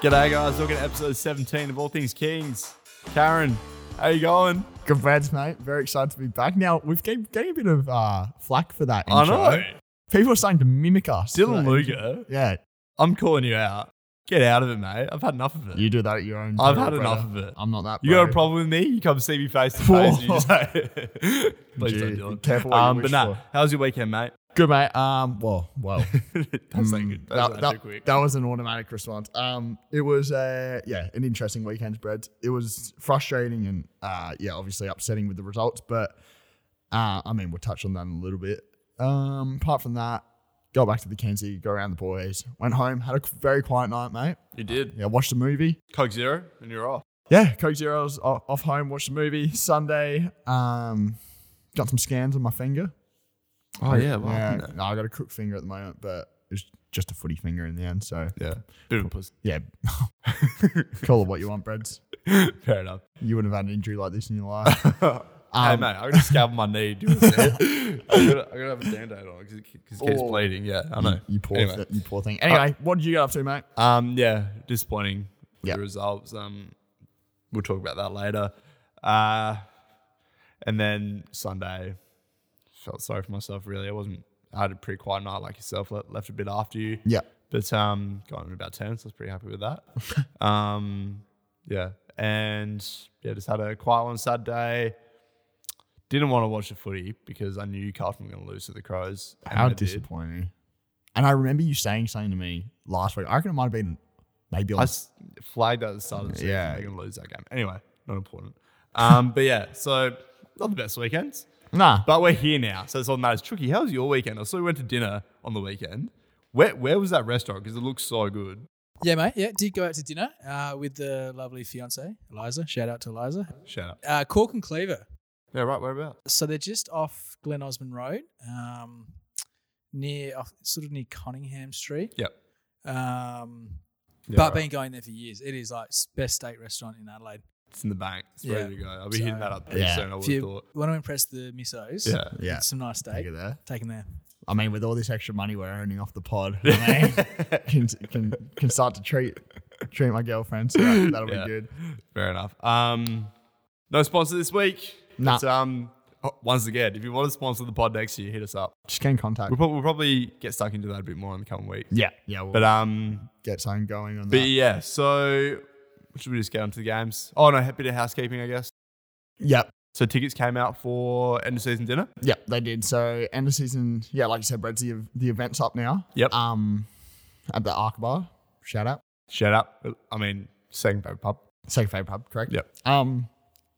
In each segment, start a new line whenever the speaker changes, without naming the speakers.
G'day, guys. Welcome to episode 17 of All Things Kings. Karen, how you going?
Good lads, mate. Very excited to be back. Now we've been getting a bit of uh, flack for that.
I
Intro.
know.
People are starting to mimic us. for
Dylan
that
Luger,
intro. Yeah,
I'm calling you out. Get out of it, mate. I've had enough of it. You,
you do that at your own.
I've
peril,
had enough
brother.
of it.
I'm not that.
got a
bro.
problem with me? You come see me face to face. and You just Please
Gee,
don't, Dylan.
careful what you
um, but
wish
nah,
for.
how's your weekend, mate?
Good mate. Um. Well. Well.
That's not
Mm,
good. That's
that,
not too
that-
quick.
that was an automatic response. Um, it was uh, yeah, an interesting weekend, Brad. It was frustrating and uh, yeah, obviously upsetting with the results, but uh, I mean, we'll touch on that in a little bit. Um, apart from that, got back to the Kenzie, go around the boys, went home, had a very quiet night, mate.
You did.
Yeah, watched a movie.
Coke Zero, and you're off.
Yeah, Coke Zero's o- off home, watched a movie Sunday. Um, got some scans on my finger.
Oh, yeah, what
yeah.
happened
No, I got a crook finger at the moment, but it's just a footy finger in the end. So
Yeah. Bit of a puss.
yeah, call it what you want, Breds.
Fair enough.
You wouldn't have had an injury like this in your life.
hey,
Um,
mate, I'm going to scab my knee. Do you want to see it? I'm going to have a band aid on because it, keep- 'cause it keeps
Oh.
bleeding. Yeah, I know.
you poor,
Anyway.
th- you poor thing. Anyway, what did you get up to, mate?
Um, yeah, disappointing with
Yeah.
the results. Um, we'll talk about that later. Uh, and then Sunday, felt sorry for myself. Really, I wasn't. I had a pretty quiet night, like yourself. le- Left a bit after you,
Yeah,
but um, got in about ten, so I was pretty happy with that. um, yeah, and yeah, just had a quiet one Saturday. Didn't want to watch the footy because I knew Carlton were going to lose to the Crows. and
how
they did.
disappointing. And I remember you saying something to me last week. I reckon it might have been maybe
I
on
s- flagged at the start of the season.
Yeah.
They're going to lose that game. Anyway, not important. Um, but yeah, so not the best weekends,
nah.
but we're here now. So it's all that matters. Tricky, how was your weekend? I saw you went to dinner on the weekend. Where, where was that restaurant? Because it looks so good.
Yeah, mate. Yeah, did go out to dinner uh, with the lovely fiance Eliza. Shout out to Eliza.
Shout out.
Uh, Cork and Cleaver.
Yeah, right. Whereabouts?
So they're just off Glen Osmond Road, um, near off, sort of near Cunningham Street.
Yep.
Um,
Yeah,
but
right.
been going there for years. It is like s- best steak restaurant in Adelaide.
it's in the bank. It's
Yeah.
ready to go. I'll be
So-
hitting that up pretty
Yeah.
soon. I would
If
have
you
thought.
want to impress the missos,
Yeah.
Yeah,
some nice
take
steak.
it there.
Taken there.
I mean, with all this extra money we're earning off the pod, I mean, can, can can start to treat treat my girlfriend. So that, that'll
Yeah.
be good.
Fair enough. Um, no sponsor this week.
Nah.
But, um, oh, once again, if you want to sponsor the pod next year, hit us up.
Just get in contact.
We'll, prob- we'll probably get stuck into that a bit more in the coming weeks.
Yeah, yeah. We'll
But um,
get something going on
But
that.
yeah, so should we just get on to the games? Oh no, a bit of housekeeping, I guess.
Yep.
So tickets came out for end of season dinner.
Yeah, they did. So end of season, yeah, like you said, Brett's the, the event's up now.
Yep.
Um, at the Arc Bar, shout out,
Shut up. I mean, second favorite pub.
second favorite pub, correct?
Yep.
Um,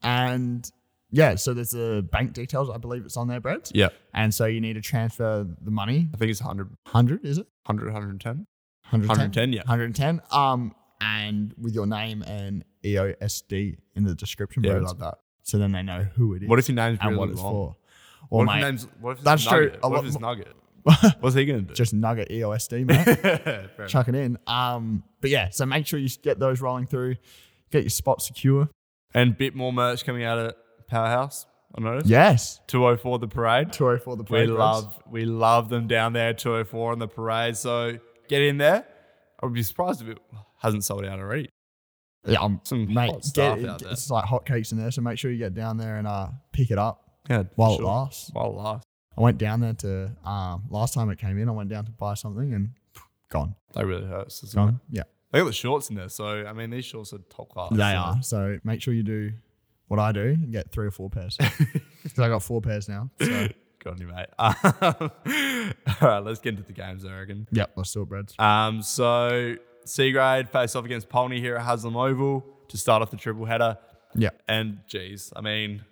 and yeah, so there's the bank details. I believe it's on there, Brett.
Yeah,
And so you need to transfer the money.
I think it's 100,
Hundred is it?
100 110.
110.
110, yeah.
110. Um, and with your name and E EOSD in the description,
Yeah, we
Brett.
love that.
So then they know who it is
What if your name's
and
really
what it's
long?
for.
What
Or
if your
mate,
name's what if it's
That's true.
Nugget?
A
What
lot
if it's
mo-
Nugget? What's he gonna do?
just nugget E EOSD, mate.
Fair enough.
chuck it in. Um, but yeah, so make sure you get those rolling through, get your spot secure.
and bit more merch coming out of Powerhouse. I noticed.
Yes,
204 the parade.
Tory for the
We
play.
love we love them down there, 204 on the parade. So get in there. I would be surprised if it hasn't sold out already.
yeah, I'm,
Some
mate.
hot
Get,
stuff out there.
it's like hotcakes in there, so make sure you get down there and uh, pick it up
Yeah,
while
sure.
it lasts.
While it lasts.
I went down there to um, last time it came in. I went down to buy something and pff, gone,
That really hurts. doesn't it?
gone. Yeah,
They got the shorts in there, so I mean these shorts are top class.
they
so-
are. So make sure you do what I do and get three or four pairs. 'Cause I got four pairs now. So
Good on you, mate. Um, all right, let's get into the games, I reckon.
yep, Uh, let's do it, Breads.
Um, so C grade face off against Polney here at Haslam Oval to start off the triple header.
Yeah,
And geez, I mean,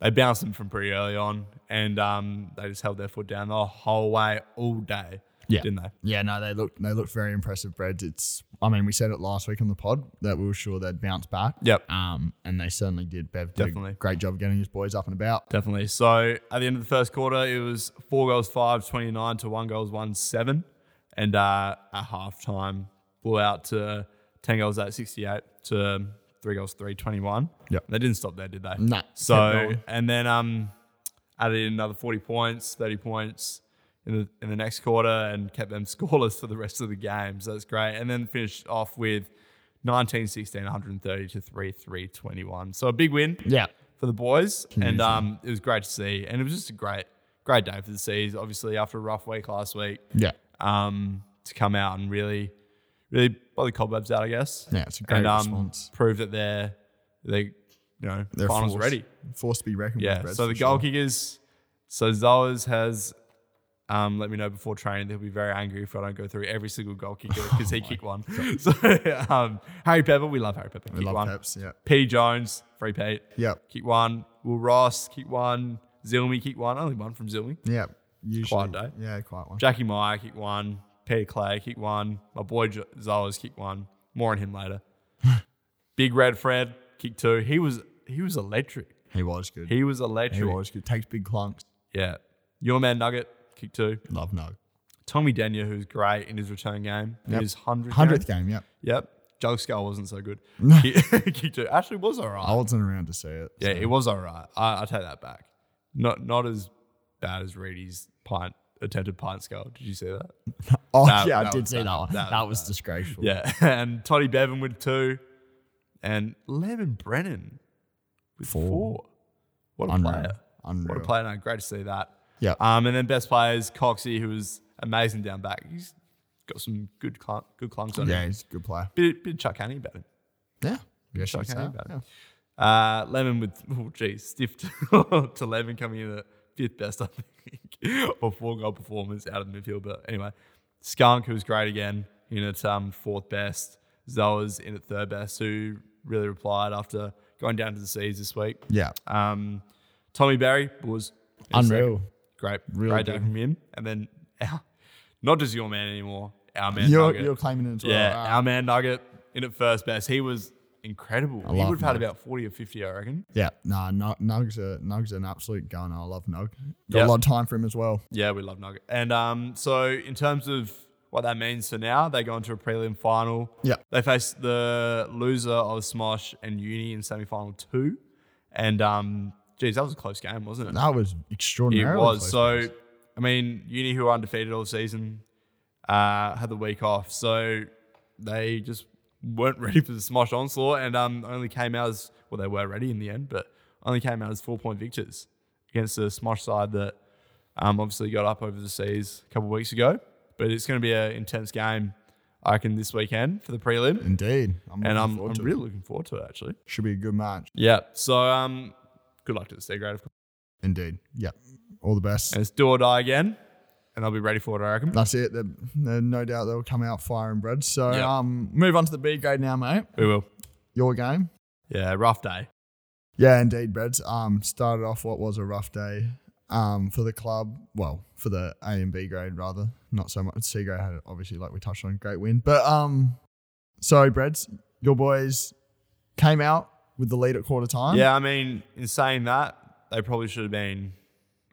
they bounced them from pretty early on, and um, they just held their foot down the whole way all day.
Yeah.
didn't they?
Yeah, no, they look they look very impressive, Brad. It's I mean, we said it last week on the pod that we were sure they'd bounce back.
Yep,
Um, and they certainly did. Bev did
Definitely.
a great job getting his boys up and about.
definitely. So at the end of the first quarter, it was four goals five, 29 to one goals one seven, and uh, at halftime blew out to ten goals eight sixty eight to three goals three twenty one.
Yep.
they didn't stop there, did they?
Nah, kept
So
going.
and then um, added in another forty points, thirty points in the in the next quarter, and kept them scoreless for the rest of the game. So that's great. And then finished off with 1916, 130 to 3, 321. So a big win
Yeah.
for the boys, and
Huge.
um, it was great to see. And it was just a great, great day for the Seas. Obviously, after a rough week last week,
Yeah.
um, to come out and really, really blow the cobwebs out, I guess.
Yeah, it's a great
and um,
response.
prove that they're they, you know,
They're
finals
forced,
ready.
Forced to be reckoned
Yeah.
with. Brad,
so the
for
goal
sure.
kickers. So Zoas has um, let me know before training. They'll be very angry if I don't go through every single goal kicker because
Oh
he kicked one. So um, Harry Pepper, we love Harry Pepper.
We
kick
love
one.
Peps. Yeah.
P Jones, free Pete.
Yeah.
Kick one. Will Ross, kick one. Zilmi, kick one. Only one from Zilmi.
Yeah. Usually.
day.
Yeah, quiet one.
Jackie Meyer, kick one. Peter Clay, kick one. My boy Jo- Zoas, kick one. More on him later. Big Red Fred, kick two. He was he was electric.
He was good.
He was
He
electric.
was good. Takes big clunks.
Yeah. Your man Nugget, kick two.
Love no.
Tommy Daniel, who's great in his return game,
Yep.
his 100th,
100th
game.
game. Yeah.
Yep. Jug Skull wasn't so good. He- kick two. Actually, was all
I
right.
wasn't around to see it.
Yeah, it was all right. I, I take that back. Not not as bad as Reedy's pint attempted pint skull. Did you see that?
Oh,
That-
yeah, I
that
did
was
see
bad.
that, one.
That
That,
was
was disgraceful.
Yeah. And Toddy Bevan with two. And Levin Brennan with four.
Four.
What a
Unreal.
player.
Unreal.
What a player. No, great to see that.
Yeah.
Um, and then best player is Coxie, who was amazing down back. He's got some good clunk, good clunks on
yeah,
him.
he's a good player.
Bit, bit of Chuck Haney about him.
Yeah. Yeah,
Chuck
she's
Haney
there.
about
Yeah.
him. Uh, Lemon with, oh, geez, stiff to, to Lemon coming in at fifth best, I think, or four goal performance out of the midfield. But anyway, Skunk, who was great again, in at um, fourth best. Zoa's in at third best, who really replied after going down to the seas this week.
Yeah.
Um, Tommy Barry was in second.
Unreal.
Great,
Really
great day
good.
from him. And then our, not just your man anymore, our man
You're,
Nugget.
you're claiming it as well.
yeah,
Ah.
our man Nugget in at first best. He was incredible. he
love
would have had
Nugget.
about 40 or 50, I reckon.
Yeah, nah, Nug- Nug's a Nug's an absolute gun. I love Nug. Got
Yep.
a lot of time for him as well.
Yeah, we love Nugget. And um, so in terms of what that means for now, they go into a prelim final.
Yeah.
They face the loser of Smosh and Uni in semi-final two. And um, geez, that was a close game, wasn't it?
That was
It
extraordinary.
was. So, I mean, Uni, who were undefeated all season, uh, had the week off. So they just weren't ready for the Smosh onslaught and um, only came out as, well, they were ready in the end, but only came out as four point victors against the Smosh side that um, obviously got up over the seas a couple of weeks ago. But it's going to be an intense game, I reckon, this weekend for the prelim.
indeed, I'm
And
looking
I'm,
forward
I'm
to it.
really looking forward to it, actually.
should be a good match.
Yeah. So, um, good luck to the C grade, of course.
Indeed, yeah, all the best.
And it's do or die again. And I'll be ready for it, I reckon.
That's it. They're, they're no doubt they'll come out firing bread. So
Yeah.
um, move on to the B grade now, mate.
We will.
Your game.
Yeah, rough day.
Yeah, indeed, Breds. Um, started off what was a rough day um, for the club. Well, for the A and B grade rather, not so much. C grade had obviously, like we touched on, great win. But um, so Breds, your boys came out with the lead at quarter time.
Yeah, I mean, in saying that, they probably should have been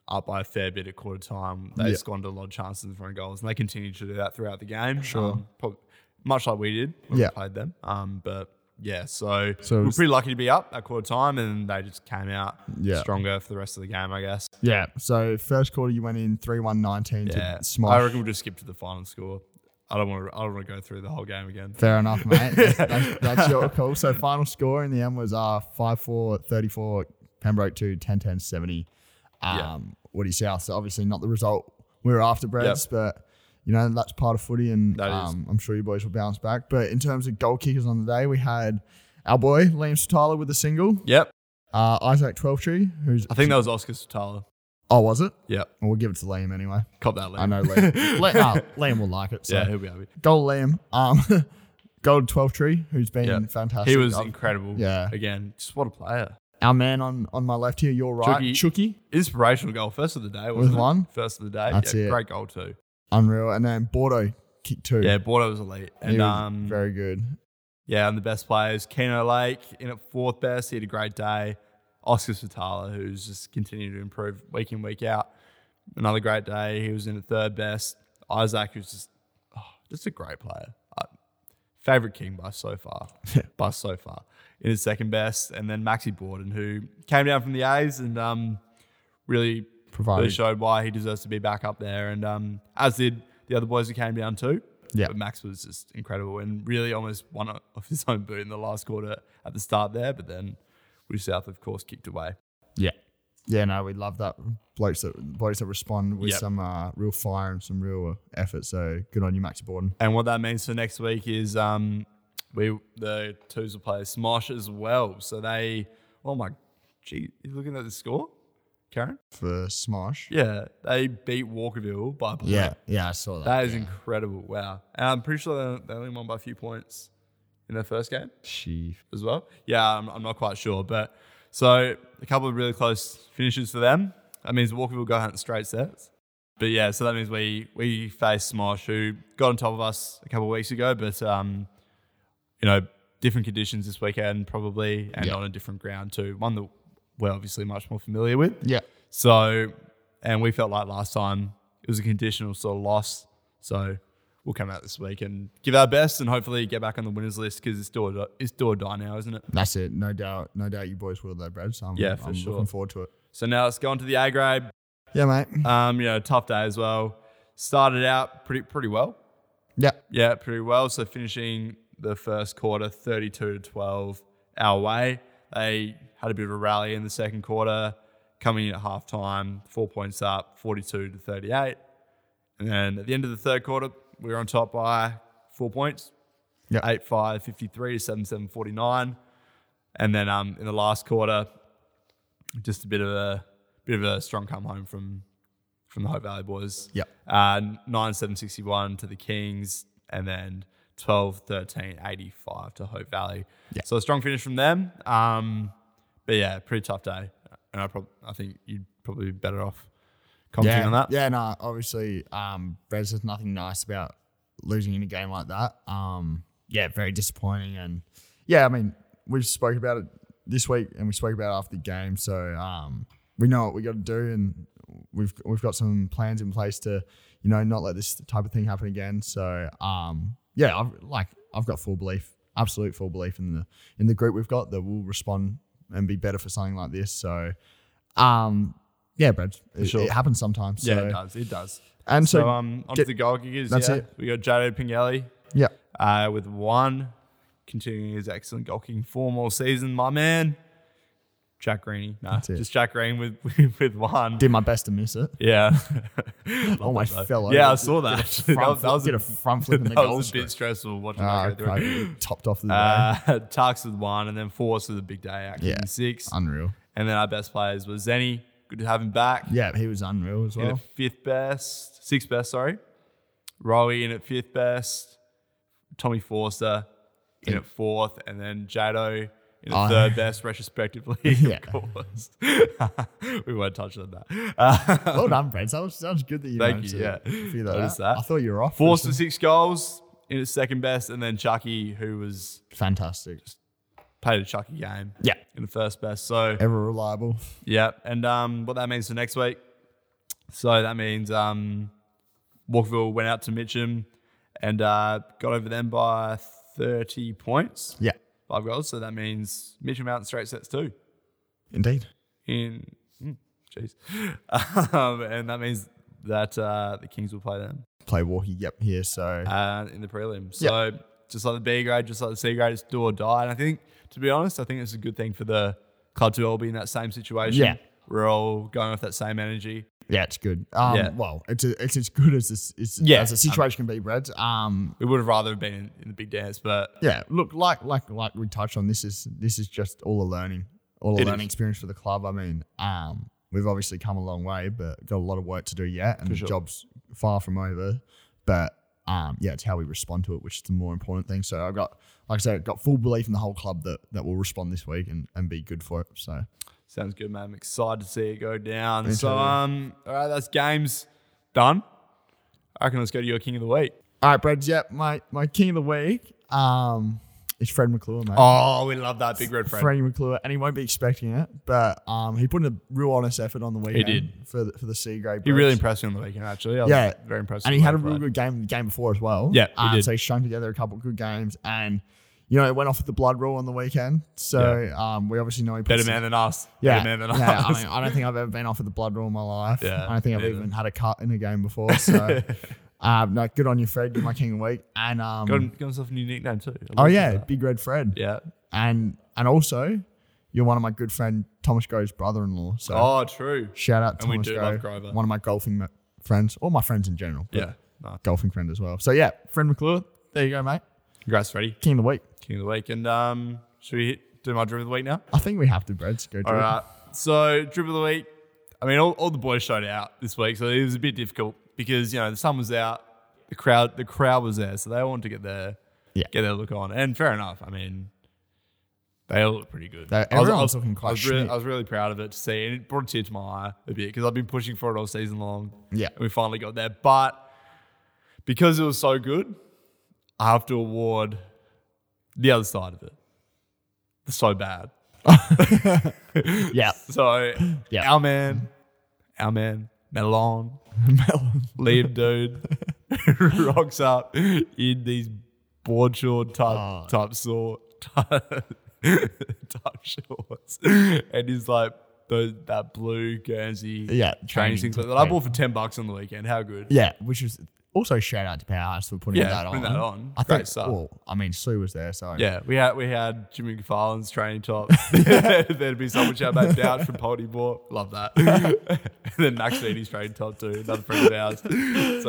up by a fair bit at quarter time. They
Yeah.
squandered a lot of chances in front of goals, and they continued to do that throughout the game. Sure, prob- much like we did when
Yeah.
we played them. Um, but yeah, so,
So it
we were
was-
pretty lucky to be up at quarter time, and they just came out
Yeah.
stronger for the rest of the game, I guess.
yeah. So first quarter, you went in three one nineteen
Yeah,
to smosh.
I reckon we'll just skip to the final score. I don't want to. I don't want to go through the whole game again.
Fair enough, mate. That's, that's, that's your call. So final score in the end was uh, 5-4, 34, Pembroke 2, 10-10, 70. Um,
Yeah.
Woody South. So obviously not the result we were after, Breds, but, you know, that's part of footy and
That is.
um, I'm sure you boys will bounce back. But in terms of goal kickers on the day, we had our boy Liam Styler with a single,
Yep,
uh, Isaac Twelvetree, who's...
I think that was Oscar Sotala.
Oh, was it?
Yep,
Well, we'll give it to Liam anyway.
cop that.
I
Liam.
know Liam. Li- nah, Liam will like it. So.
Yeah, he'll be happy.
Goal Liam. Um, goal Twelvetree, who's been
Yeah.
fantastic.
He was
I've-
incredible.
Yeah.
Again, just what a player.
our man on on my left here, your right,
Chucky.
Chucky.
Inspirational goal. First of the day, wasn't it?
one?
First of the day.
That's
yeah,
it.
Great goal, too.
Unreal. And then Bordeaux kicked two.
Yeah, Bordeaux was elite.
He
And
was
um,
very good.
yeah, and the best players, Keno Lake in at fourth best. He had a great day. Oscar Sotala, who's just continued to improve week in, week out. Another great day. He was in at third best. Isaac, who's just, oh, just a great player. Uh, favorite king by so far. by so far. In his second best. And then Maxi Borden, who came down from the A's and um, really
Provided.
really showed why he deserves to be back up there, and um, as did the other boys who came down too.
Yeah.
But Max was just incredible and really almost won it off his own boot in the last quarter at the start there. But then we South, of course, kicked away.
Yeah. Yeah, no, we love that blokes that blokes that respond with
Yep.
some uh, real fire and some real effort. So good on you, Maxi Borden.
And what that means for next week is um, we the twos will play Smosh as well. So they, oh my, gee, you looking at the score, Karen?
for Smosh.
Yeah, they beat Walkerville by a point.
Yeah, yeah, I saw that.
That is incredible. Wow. And I'm pretty sure they they only won by a few points in their first game
she
as well. Yeah, I'm, I'm not quite sure. But so a couple of really close finishes for them. That means Walkerville go hunt straight sets. But yeah, so that means we we face Smosh, who got on top of us a couple of weeks ago, but um, you know, different conditions this weekend probably, and
Yeah.
on a different ground too. One that we're obviously much more familiar with.
Yeah,
So, and we felt like last time it was a conditional sort of loss. So we'll come out this week and give our best and hopefully get back on the winners list because it's do or die, it's do or die now, isn't it?
that's it. No doubt, no doubt, you boys will though, Brad. So I'm,
Yeah, for
I'm
sure.
looking forward to it.
So now let's go on to the A grade.
Yeah, mate.
Um, you know, tough day as well. Started out pretty pretty well.
Yeah,
Yeah, pretty well. So finishing the first quarter 32 to 12 our way. They had a bit of a rally in the second quarter, coming in at halftime, four points up, 42 to 38. And then at the end of the third quarter, we were on top by four points,
Yeah.
8 5 53 to 7 7 49. And then um, in the last quarter, just a bit of a bit of a strong come home from from the Hope Valley boys.
Yep.
Uh, 9 7 61 to the Kings and then 12 13 85 to Hope Valley.
Yep.
So a strong finish from them. Um, but yeah, pretty tough day. And I, prob- I think you'd probably be better off commenting
yeah,
on that.
yeah. No, obviously, um, Brad says nothing nice about losing in a game like that. Um, yeah, very disappointing. And yeah, I mean, we spoke about it this week, and we spoke about it after the game. So um, we know what we got to do, and we've we've got some plans in place to, you know, not let this type of thing happen again. So um, yeah, I've, like I've got full belief, absolute full belief in the in the group we've got that will respond and be better for something like this. So. Um, yeah, Brad. It,
sure.
it happens sometimes.
Yeah,
so-
it does. It does.
and so,
So um, on to
get-
the goal kickers.
that's
yeah.
it.
We got Jado Pingelli
yeah,
uh, with one, continuing his excellent goal kicking form all season. My man, Jack Greeny. Nah,
it.
just Jack Green with with, with one.
did my best to miss it.
Yeah.
Oh,
Love
I
that though.
fell over.
Yeah, I saw that.
Did a
actually. That,
front
was- that
flip-
was
did a front flip in the
that
goal
was a
screen.
bit stressful watching
Ah,
that go through.
crikey, topped off the day.
Uh, Tarks with one, and then Force with a big day out, kicking
Yeah.
six.
Unreal.
And then our best players were Zenny. Good to have him back.
Yeah, he was unreal as
in at
well.
fifth best, sixth best, sorry. Rowie in at fifth best, Tommy Forster in at fourth, and then Jado in at
Oh.
third best, retrospectively,
Yeah.
of course. we won't touch on that. Uh,
Well done, Brad. That was, that was good that you
Thank
managed
you,
to
yeah.
figure that
Noticed
out.
that.
I thought you were off.
Force
Forced
to six goals in his second best, and then Chucky, who was
Fantastic.
played a Chucky game
Yeah.
in the first best. So
Ever reliable.
yeah, and um, what that means for next week. So that means um, Walkerville went out to Mitcham and uh, got over them by thirty points,
Yeah,
five goals. So that means Mitcham out in straight sets too.
indeed.
In mm, jeez, um, and that means that uh, the Kings will play them.
Play walkie. Yep, here. So
uh, in the prelim. So just like the B grade, just like the C grade, it's do or die. And I think, to be honest, I think it's a good thing for the club to all be in that same situation.
Yeah.
We're all going off that same energy.
yeah, it's good. Um,
Yeah.
Well, it's a, it's as good as this it's,
Yeah.
as a situation can be, Brad. Um,
We would have rather been in, in the big dance, but
yeah, look, like like like we touched on, this is this is just all a learning, all a
It
learning
is.
experience for the club. I mean, um, we've obviously come a long way, but got a lot of work to do yet, and the
sure.
job's far from over. But um, yeah, it's how we respond to it, which is the more important thing. So I've got, like I said, I've got full belief in the whole club that that will respond this week and and be good for it. So
sounds good, man. I'm excited to see it go down.
Me
so,
too.
um, all right, that's games done. I reckon let's go to your king of the week.
all right, Brad. Yep, my my king of the week. Um, is Fred McClure, mate.
Oh, we love that big red friend.
Freddie McClure, and he won't be expecting it, but um, he put in a real honest effort on the weekend.
did.
for the, for the C grade.
He really
Blues.
impressed me on the weekend, actually. I was
Yeah.
very impressed.
and
with
he
the
had a
way
real
played.
good game the game before as well.
Yeah, he
Um,
did.
so he strung together a couple of good games, and you know it went off with the blood rule on the weekend. So um, we obviously know he
Better
puts-
man than us.
Yeah,
Better man than
yeah.
us.
I, mean, I don't think I've ever been off with the blood rule in my life.
Yeah,
I don't think
me
I've
neither.
even had a cut in a game before. So Um, no, good on you, Fred. You're my king of the week. And um,
Got, him- got himself a new nickname too. I
oh
love
yeah,
that.
Big Red Fred.
yeah.
And and also, you're one of my good friend Thomas Grove's brother-in-law. So
Oh, true.
shout out
and we
Thomas
do
Grove,
love Grover.
one of my golfing ma- friends, or my friends in general. but
Yeah. Nah.
golfing friend as well. So yeah, friend McClure. There you go, mate.
Congrats, Freddie.
King of the week.
King of the week. And um, should we hit, do my dream of the week now?
I think we have to, Brad. to Go to
All right. So dribble of the week. I mean, all, all the boys showed out this week, so it was a bit difficult because you know the sun was out, the crowd the crowd was there, so they all wanted to get their
Yeah.
get their look on. And fair enough. I mean, they all look pretty good.
They-
I was, I
everyone
was,
was looking quite
I was, really,
schmick.
I was really proud of it to see, and it brought a tear to my eye a bit because I've been pushing for it all season long.
Yeah.
and we finally got there. But because it was so good, I have to award the other side of it. So bad.
Yeah.
So
Yeah.
our man, our man, Melon,
Melon.
Liam dude, rocks up in these board short type
Oh.
type sort type, type shorts, and he's like those that blue Guernsey
Yeah,
training
training
things like that. I
top,
bought for ten bucks on the weekend. How good?
Yeah, which was also shout out to Powerhouse for putting
Yeah,
that
putting
on.
that on.
I
Great
think.
stuff.
Well, I mean, Sue was there, so
Yeah, we had we had Jimmy McFarlane's training top. There'd be someone shout about Douch from Poldy Boy. Love that. and then Max Beatty's training top too, another friend of ours. So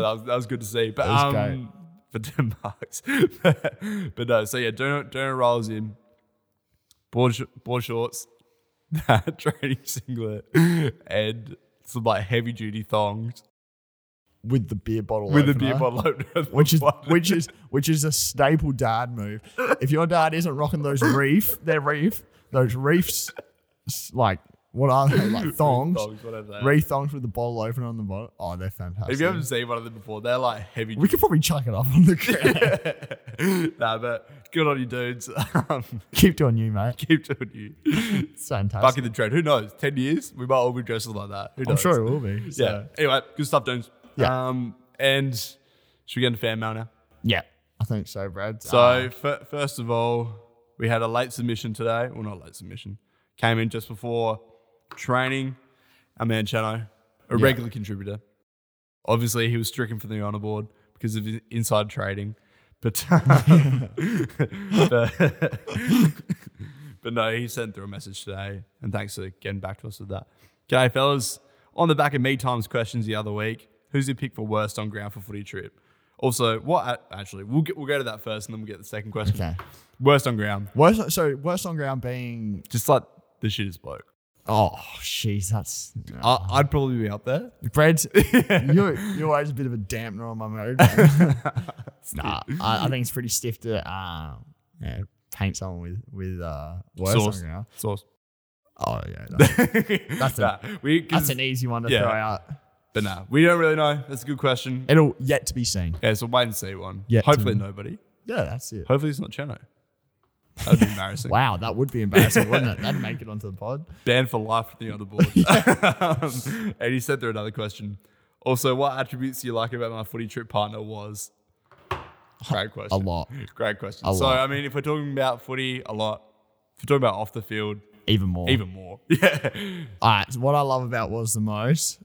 that was, that was good to see. But
was
um, for ten bucks. but no, so yeah, Durner, Durner rolls in, board sh- board shorts, that training singlet, and some like heavy duty thongs
with the beer bottle.
with a
opener,
beer bottle opener. at the
Which is
bottom.
which is which is a staple dad move. If your dad isn't rocking those reef, their reef, those reefs, s- like what are they? Like thongs,
thongs, whatever. they are.
reef thongs with the bottle open on the bottom. Oh, they're fantastic.
If you haven't seen one of them before, they're like heavy
we could probably chuck it up on the ground.
nah, but good on you, dudes. Um,
Keep doing you, mate.
keep doing you.
It's fantastic.
Bucking the trend. Who knows? 10 years, we might all be dressed like that. Who knows?
I'm sure it will be.
Yeah.
so-
Anyway, good stuff, dudes.
Yeah.
Um, and should we get into fan mail now?
yeah, I think so, Brad.
So,
Uh,
fir- first of all, we had a late submission today. Well, not late submission. Came in just before training. Our man Chano, a
Yeah.
regular contributor. Obviously, he was stricken from the honor board because of his inside trading. But, um, but, but no, he sent through a message today. And thanks for getting back to us with that. Okay, fellas, on the back of me times questions the other week, who's your pick for worst on ground for footy trip? Also, what actually, we'll, get, we'll go to that first and then we'll get the second question.
okay.
Worst on ground.
Worst, so worst on ground being
Just like the shittest bloke.
oh jeez that's
I, I'd probably be up there.
Brad you're, you're always a bit of a dampener on my mood. nah, I, I think it's pretty stiff to uh, yeah, paint someone with with uh, worst
Sauce.
on ground.
Sauce.
Oh yeah, that's,
that's
a-
we,
that's
'cause-
an easy one to
Yeah.
throw out.
but nah, we don't really know. That's a good question.
It'll yet to be seen.
Yeah, so wait and see one.
Yeah,
Hopefully
to-
nobody.
Yeah, that's it.
Hopefully it's not Cheno. That'd be embarrassing.
Wow, that would be embarrassing, wouldn't it? That'd make it onto the pod.
Banned for life from the other board. um, and he sent through another question. Also, what attributes do you like about my footy trip partner was? Great question.
A lot,
Great question.
A
so,
lot.
I mean, if we're talking about footy, a lot. If we're talking about off the field,
even more.
even more. Yeah.
All right, so what I love about was the most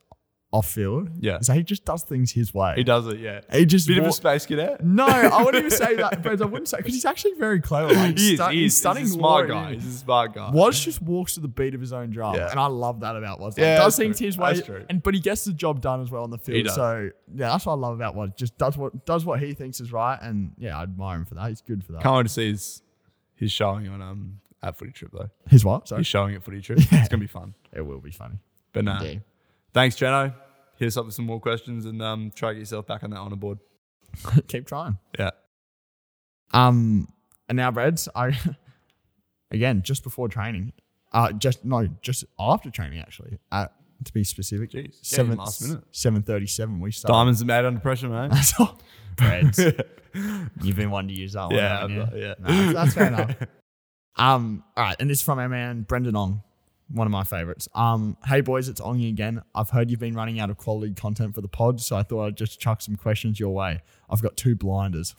off field.
Yeah.
is that he just does things his way.
He does it, yeah.
He just
Bit of a
walk-
space cadet.
No, I wouldn't even say that, friends. I wouldn't say because he's actually very clever. Like,
He is,
stu-
he
he's
is.
stunning
He's a smart
lawyer,
guy.
isn't
He's a smart guy.
he? Waz just walks to the beat of his own drum,
Yeah.
and I love that about Waz. Like,
Yeah,
does
that's true.
things his way,
That's true.
and but he gets the job done as well on the field.
He does.
So yeah, that's what I love about Waz. Just does what does what he thinks is right, and yeah, I admire him for that. He's good for that.
Can't wait to see his, his showing on um at footy trip though.
His what? Sorry,
He's showing at footy trip. It's gonna be fun.
it will be funny.
But nah.
Indeed.
Thanks, Cheno. Hit us up with some more questions and um try to get yourself back on that honor board.
Keep trying.
Yeah.
Um, and now, Brad, I again just before training, uh, just no, just after training actually. Uh, to be specific,
Jeez. Yeah,
seven
last minute.
seven thirty seven. We started.
Diamonds are made under pressure, man.
That's all. Brad, you've been wanting to use that one.
Yeah,
haven't
I've-
you?
yeah.
No, that's, that's fair enough. Um, all right, and this is from our man Brendan Ong, one of my favorites. Um, hey boys, it's Ongy again. I've heard you've been running out of quality content for the pod, so I thought I'd just chuck some questions your way. I've got two blinders.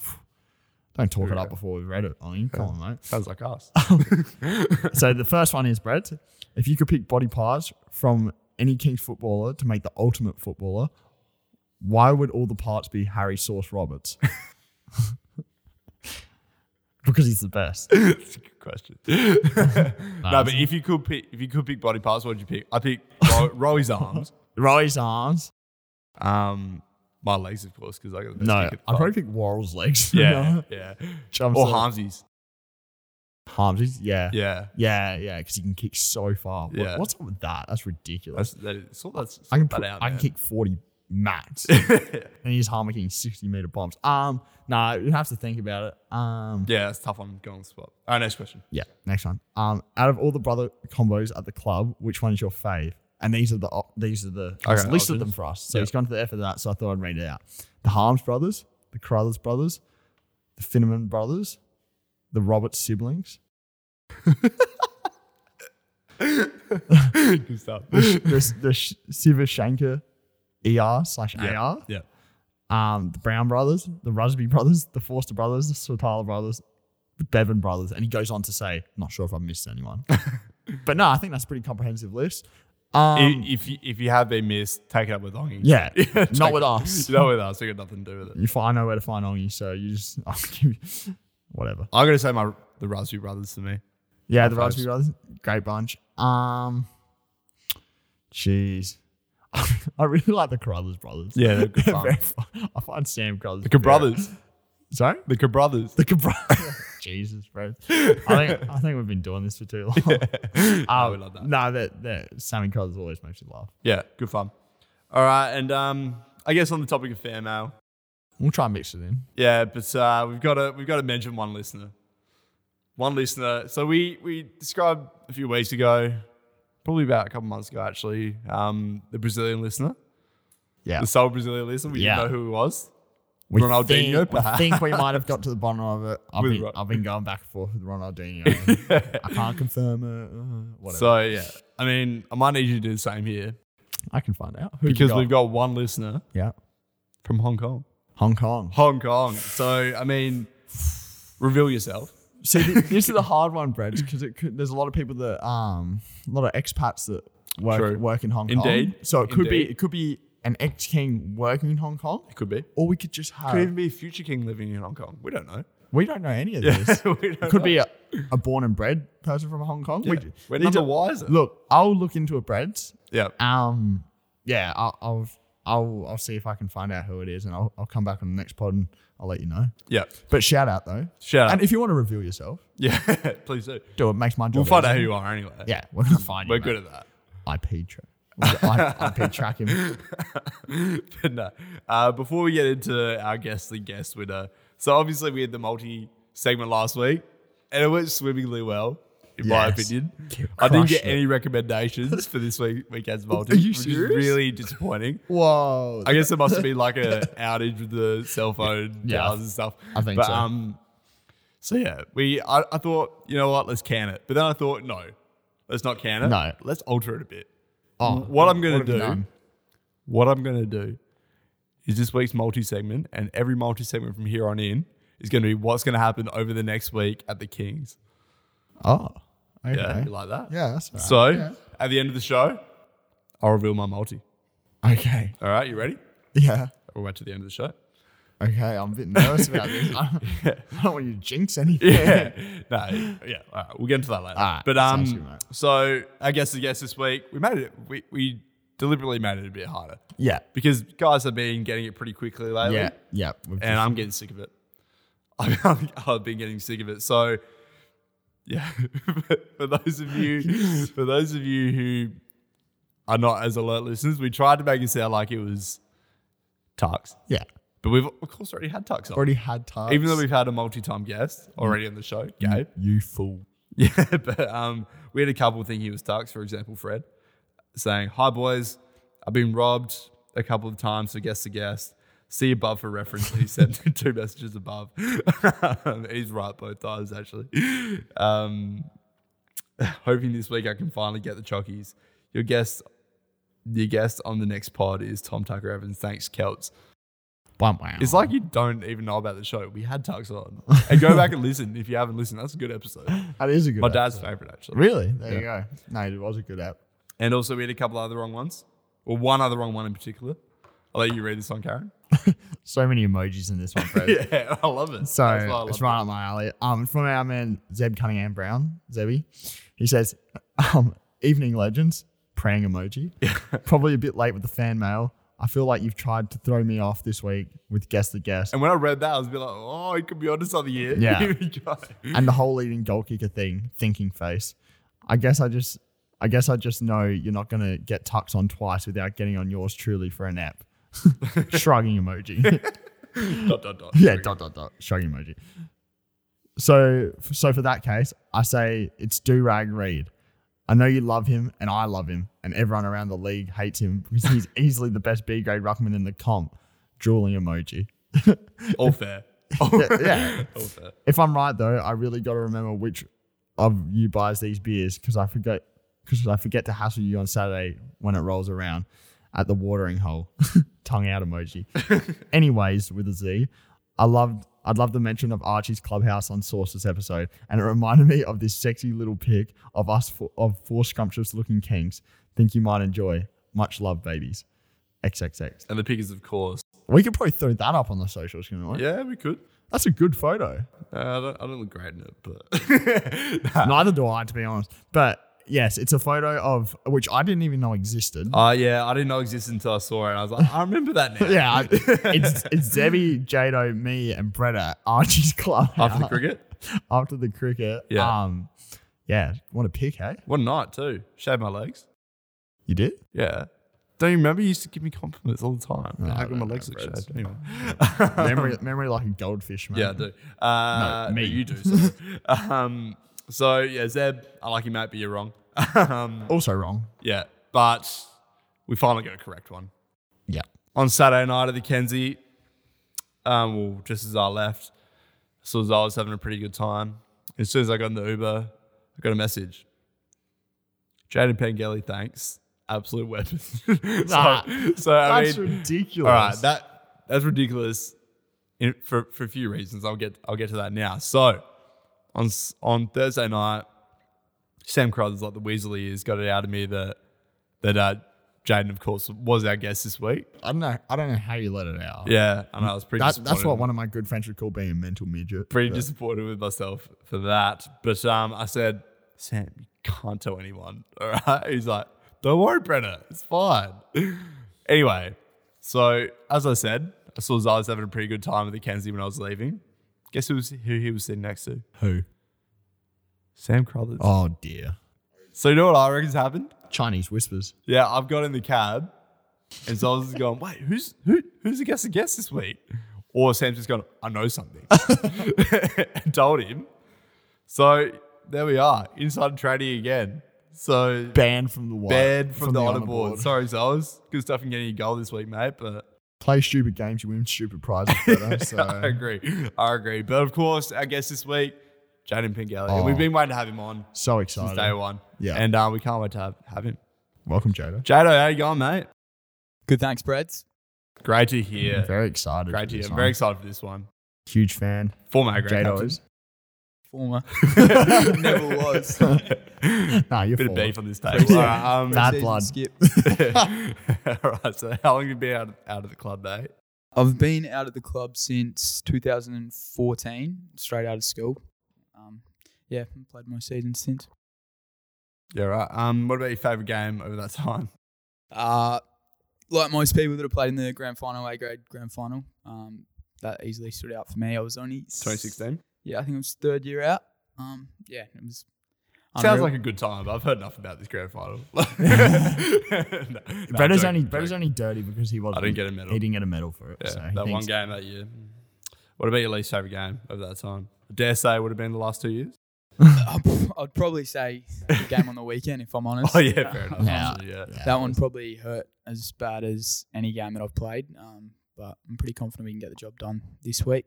Don't talk it up before we've read it, Ongy. Come on, mate.
Sounds like us.
So the first one is Brad. If you could pick body parts from any Kings footballer to make the ultimate footballer, why would all the parts be Harry Sauce Roberts? because he's the best.
That's a good question. no, but if you could pick, if you could pick body parts, what would you pick? I pick Ro- Roy's arms.
Roy's arms.
Um, my legs, of course, because I got the best kick
No,
at the
I'd
park.
probably pick Warrell's legs.
yeah, yeah,
Jumps
or
up.
Harmsies.
Harms. Yeah. Yeah.
Yeah,
Yeah. Because he can kick so far. What-
Yeah.
what's up with that? That's ridiculous.
that's that. Is, sort that's sort
I can,
that
put,
out.
I can
man.
kick 40 max. and he's harm kicking 60 meter bombs. Um, no, nah, you have to think about it. Um,
yeah, that's a tough one. Go on the spot. All right, next question.
yeah, next one. Um, out of all the brother combos at the club, which one is your fave? And these are the op- these are the he's
Okay,
listed them
options.
for us. So
Yeah.
he's gone to the effort of that. So I thought I'd read it out. The Harms brothers, the Carruthers brothers, the Finneman brothers, the Roberts siblings,
good stuff.
the, the Sh- Siva Shankar, ER slash AR.
Yeah, yeah.
um, the Brown brothers, the Rusby brothers, the Forster brothers, the Sotala brothers, the Bevan brothers. And he goes on to say, not sure if I've missed anyone. but no, I think that's a pretty comprehensive list. Um,
I- if you, if you have been missed, take it up with Ongi.
yeah,
Take
not with
it-
us.
Not with us. We got nothing to do with it.
You find, I know where to find Ongi, so you just, I'll give you, whatever.
I'm gonna say my the Raspberry Brothers to me.
Yeah, the
High
Rusby brothers, great bunch. Um, Jeez. I really like the Carruthers brothers.
Yeah, they're good fun.
Very fun. I find Sam Carruthers.
The Cabrothers.
Sorry?
The Cabrothers.
The Cabral. Jesus, bro. I think I think we've been doing this for too long.
I would love that.
No, that that Sammy Cos always makes you laugh.
Yeah, good fun. All right, and um, I guess on the topic of fair mail,
We'll try and mix it in.
yeah, but uh, we've got to we've got to mention one listener, one listener. So we we described a few weeks ago, probably about a couple months ago actually, um, the Brazilian listener,
Yeah.
the sole Brazilian listener. We
Yeah.
didn't know who it was.
We
Ronaldinho,
think, we
perhaps.
think we might have got to the bottom of it. I've,
With
been,
Ron-
I've been going back and forth with Ronaldinho. I can't confirm it. uh, Whatever.
So yeah, I mean, I might need you to do the same here
I can find out. Who you
because we've got one listener
yeah.
from Hong Kong.
Hong Kong.
Hong Kong. So I mean, reveal yourself.
See, th- this is a hard one, Brad, because it could, there's a lot of people that um, a lot of expats that work
True.
work in Hong Kong.
Indeed.
So it could
Indeed.
be it could be an ex king working in Hong Kong,
It could be.
or we could just have.
Could even be a future king living in Hong Kong. We don't know.
we don't know any of this.
we don't
It could
know.
be a, a born and bred person from Hong Kong. We,
Yeah. We're
need
none
to-
the wiser.
Look, I'll look into it, Breads.
Yeah.
Um, yeah, I'll, I'll I'll I'll see if I can find out who it is, and I'll I'll come back on the next pod and I'll let you know.
Yeah.
But shout out though,
Shout out.
and if you want to reveal yourself,
Yeah. Please do.
do it. Makes my job.
We'll find out
easy.
who you are anyway.
Yeah, we're gonna find
We're
you.
good at that.
at IP track. I- IP track him.
but no. Uh, before we get into our guestly guest winner, so obviously we had the multi segment last week, and it went swimmingly well, in my
Yes.
opinion.
You
I didn't get
crushed it.
any recommendations for this week weekend's multi,
Are you
which
serious?
is really disappointing.
Whoa!
I guess there must have been like a outage with the cell phone
Yeah, I
towers and stuff.
I think
but,
so.
Um, so yeah, we I, I thought you know what, let's can it. But then I thought no, let's not can it.
No.
let's alter it a bit.
Oh,
what I'm gonna
have you
do-
done?
What I'm gonna do is this week's multi segment, and every multi segment from here on in is gonna be what's gonna happen over the next week at the Kings.
Oh, okay.
Yeah,
Yeah,
you like that.
that's all right.
So
Yeah.
at the end of the show, I'll reveal my multi.
okay,
All right, you ready?
yeah.
We'll wait to the end of the show.
Okay, I'm a bit nervous about this. I don't, I don't want you to jinx anything.
yeah, no, yeah. All right, we'll get into that later.
All right,
but
sounds
um,
good, mate.
so I guess the guess this week we made it. We we deliberately made it a bit harder
Yeah.
because guys have been getting it pretty quickly lately,
Yeah. Yeah. we've
and
just-
I'm getting sick of it. I've, I've been getting sick of it. So yeah, for those of you, for those of you who are not as alert listeners, we tried to make it sound like it was Tux,
yeah.
but we've of course already had Tux on.
Already had targets.
Even though we've had a multi-time guest already on the show, Gabe.
You fool.
Yeah, but um, we had a couple think he was Tux, for example, Fred, saying, Hi, boys, I've been robbed a couple of times, so guess to guess. See above for reference. He sent the two messages above. He's right both times, actually. Um, hoping this week I can finally get the chockies. Your guest, your guest on the next pod is Tom Tucker Evans. Thanks, Celts.
Wow, wow.
It's like you don't even know about the show. We had Tux on. And go back and listen if you haven't listened. That's a good episode.
that is a good
My
app.
dad's favorite, actually.
Really? There you go. No, it was a good app.
And also, we had a couple other wrong ones, or one other wrong one in particular. I'll let you read this one, Karen.
So many emojis in this one, Fred.
yeah, I love it.
So
That's why I love
it's
it.
right up my alley. Um, from our man Zeb Cunningham Brown, Zebby, he says, um, "Evening legends, praying emoji. Probably a bit late with the fan mail. I feel like you've tried to throw me off this week with guess the guest
And when I read that, I was a bit like, oh, it could be onto something here.
Yeah.
Here we go.
and the whole leading goal kicker thing. Thinking face. I guess I just, I guess I just know you're not gonna get tucked on twice without getting on yours truly for a nap. Shrugging emoji.
dot, dot, dot.
Yeah, dot dot dot. Shrugging emoji. So so for that case, I say it's do rag Reed. I know you love him, and I love him, and everyone around the league hates him because he's easily the best B grade ruckman in the comp. Drooling emoji.
All fair.
yeah.
All fair.
If I'm right though, I really got to remember which of you buys these beers because I forget because I forget to hassle you on Saturday when it rolls around at the watering hole. Tongue out emoji. Anyways, with a Z, I loved I'd love the mention of Archie's clubhouse on Sources episode, and it reminded me of this sexy little pic of us four, of four scrumptious looking kings. Think you might enjoy. Much love, babies. XXX.
And the pick is, of course.
We could probably throw that up on the socials, you know what?
Yeah, we could.
That's a good photo.
Uh, I, don't, I don't look great in it, but. Nah.
Neither do I, to be honest. But yes, it's a photo of which I didn't even know existed.
Uh, yeah, I didn't know it existed until I saw it. And I was like, I remember that now.
yeah, I- it's, it's Zebby, Jado, me, and Brett at Archie's club
After the cricket.
After the cricket.
Yeah.
Um, yeah. What a pick, hey?
What a night, too. Shaved my legs.
You did?
Yeah. Don't you remember? You used to give me compliments all the time.
No, I
How come my
don't
legs
know,
look
bro.
shaved? Anyway.
Memory, memory like a goldfish, man.
Yeah, I do. Uh,
No, me.
You do. sorry. um, so, yeah, Zeb, I like you, mate, but you're wrong. um,
Also wrong.
yeah, but we finally got a correct one.
Yeah.
On Saturday night at the Kenzie, um, well, just as I left, as soon as I was having a pretty good time, as soon as I got in the Uber, I got a message. Jaden Pengelly, thanks. Absolute weapon. so,
Nah,
so, I
That's
mean,
ridiculous.
all right, that that's ridiculous in, for for a few reasons. I'll get I'll get to that now. So on s- on Thursday night, Sam Crothers, like the Weasley, has got it out of me that that uh, Jaden, of course, was our guest this week.
I don't know. I don't know how you let it out.
Yeah, and I was pretty.
That, that's
disappointed.
what one of my good friends would call being a mental midget.
pretty
but-
disappointed with myself for that. But um, I said, Sam, you can't tell anyone. All right. He's like, don't worry, Brenna. It's fine. anyway, so as I said, I saw I was having a pretty good time at the Kenzie when I was leaving. Guess who, was, who he was sitting next to?
Who?
Sam Crothers.
Oh dear.
So you know what I reckon's happened?
Chinese whispers.
Yeah, I've got in the cab. And so I was just going, wait, who's who, who's the guest of guest this week? Or Sam's just going, I know something. and told him. So there we are, inside trading again. So
Banned from the wild.
banned from, the, honor
honor
board. Sorry, Zoes. Good stuff in getting your goal this week, mate. But
play stupid games, you win stupid prizes. Better,
I
so.
agree. I agree. But of course, our guest this week, Jaden Pinkelly. And We've
Oh.
been waiting to have him on
so
since day
excited.
one.
Yeah.
And uh, we can't wait to have, have him.
Welcome, Jada.
Jado, how you going, mate?
Good, thanks, Breads.
Great to hear.
I'm very excited.
Great
for
to hear.
this
I'm very
one.
excited for this one.
Huge fan.
Former great
Jada
captain.
is.
Former.
Never was.
Nah, you're
Bit of
forward.
beef on this table. All right, um,
Bad
Preseason
blood.
Skip.
all right, so how long have you been out of, out of the club, mate?
I've been out of the club since 2014, straight out of school. Um, yeah, played my season since.
Yeah, right. Um, what about your favourite game over that time?
Uh, like most people that have played in the grand final, A grade grand final, um, that easily stood out for me. I was only s-
2016.
Yeah, I think it was third year out. Um, yeah, it was.
Sounds
unreal.
like a good time, but I've heard enough about this grand final. no, no,
Bretta's
joking,
only
joking.
Bretta's only dirty because he wasn't.
I didn't get a medal.
He didn't get a medal for it.
Yeah,
so he
that one
thinks-
game that year. What about your least favourite game over that time? I dare say it would have been the last two years.
I'd- I'd probably say the game on the weekend if I'm honest.
Oh yeah, fair enough.
Yeah.
actually, yeah.
Yeah.
That one probably hurt as bad as any game that I've played. Um, but I'm pretty confident we can get the job done this week.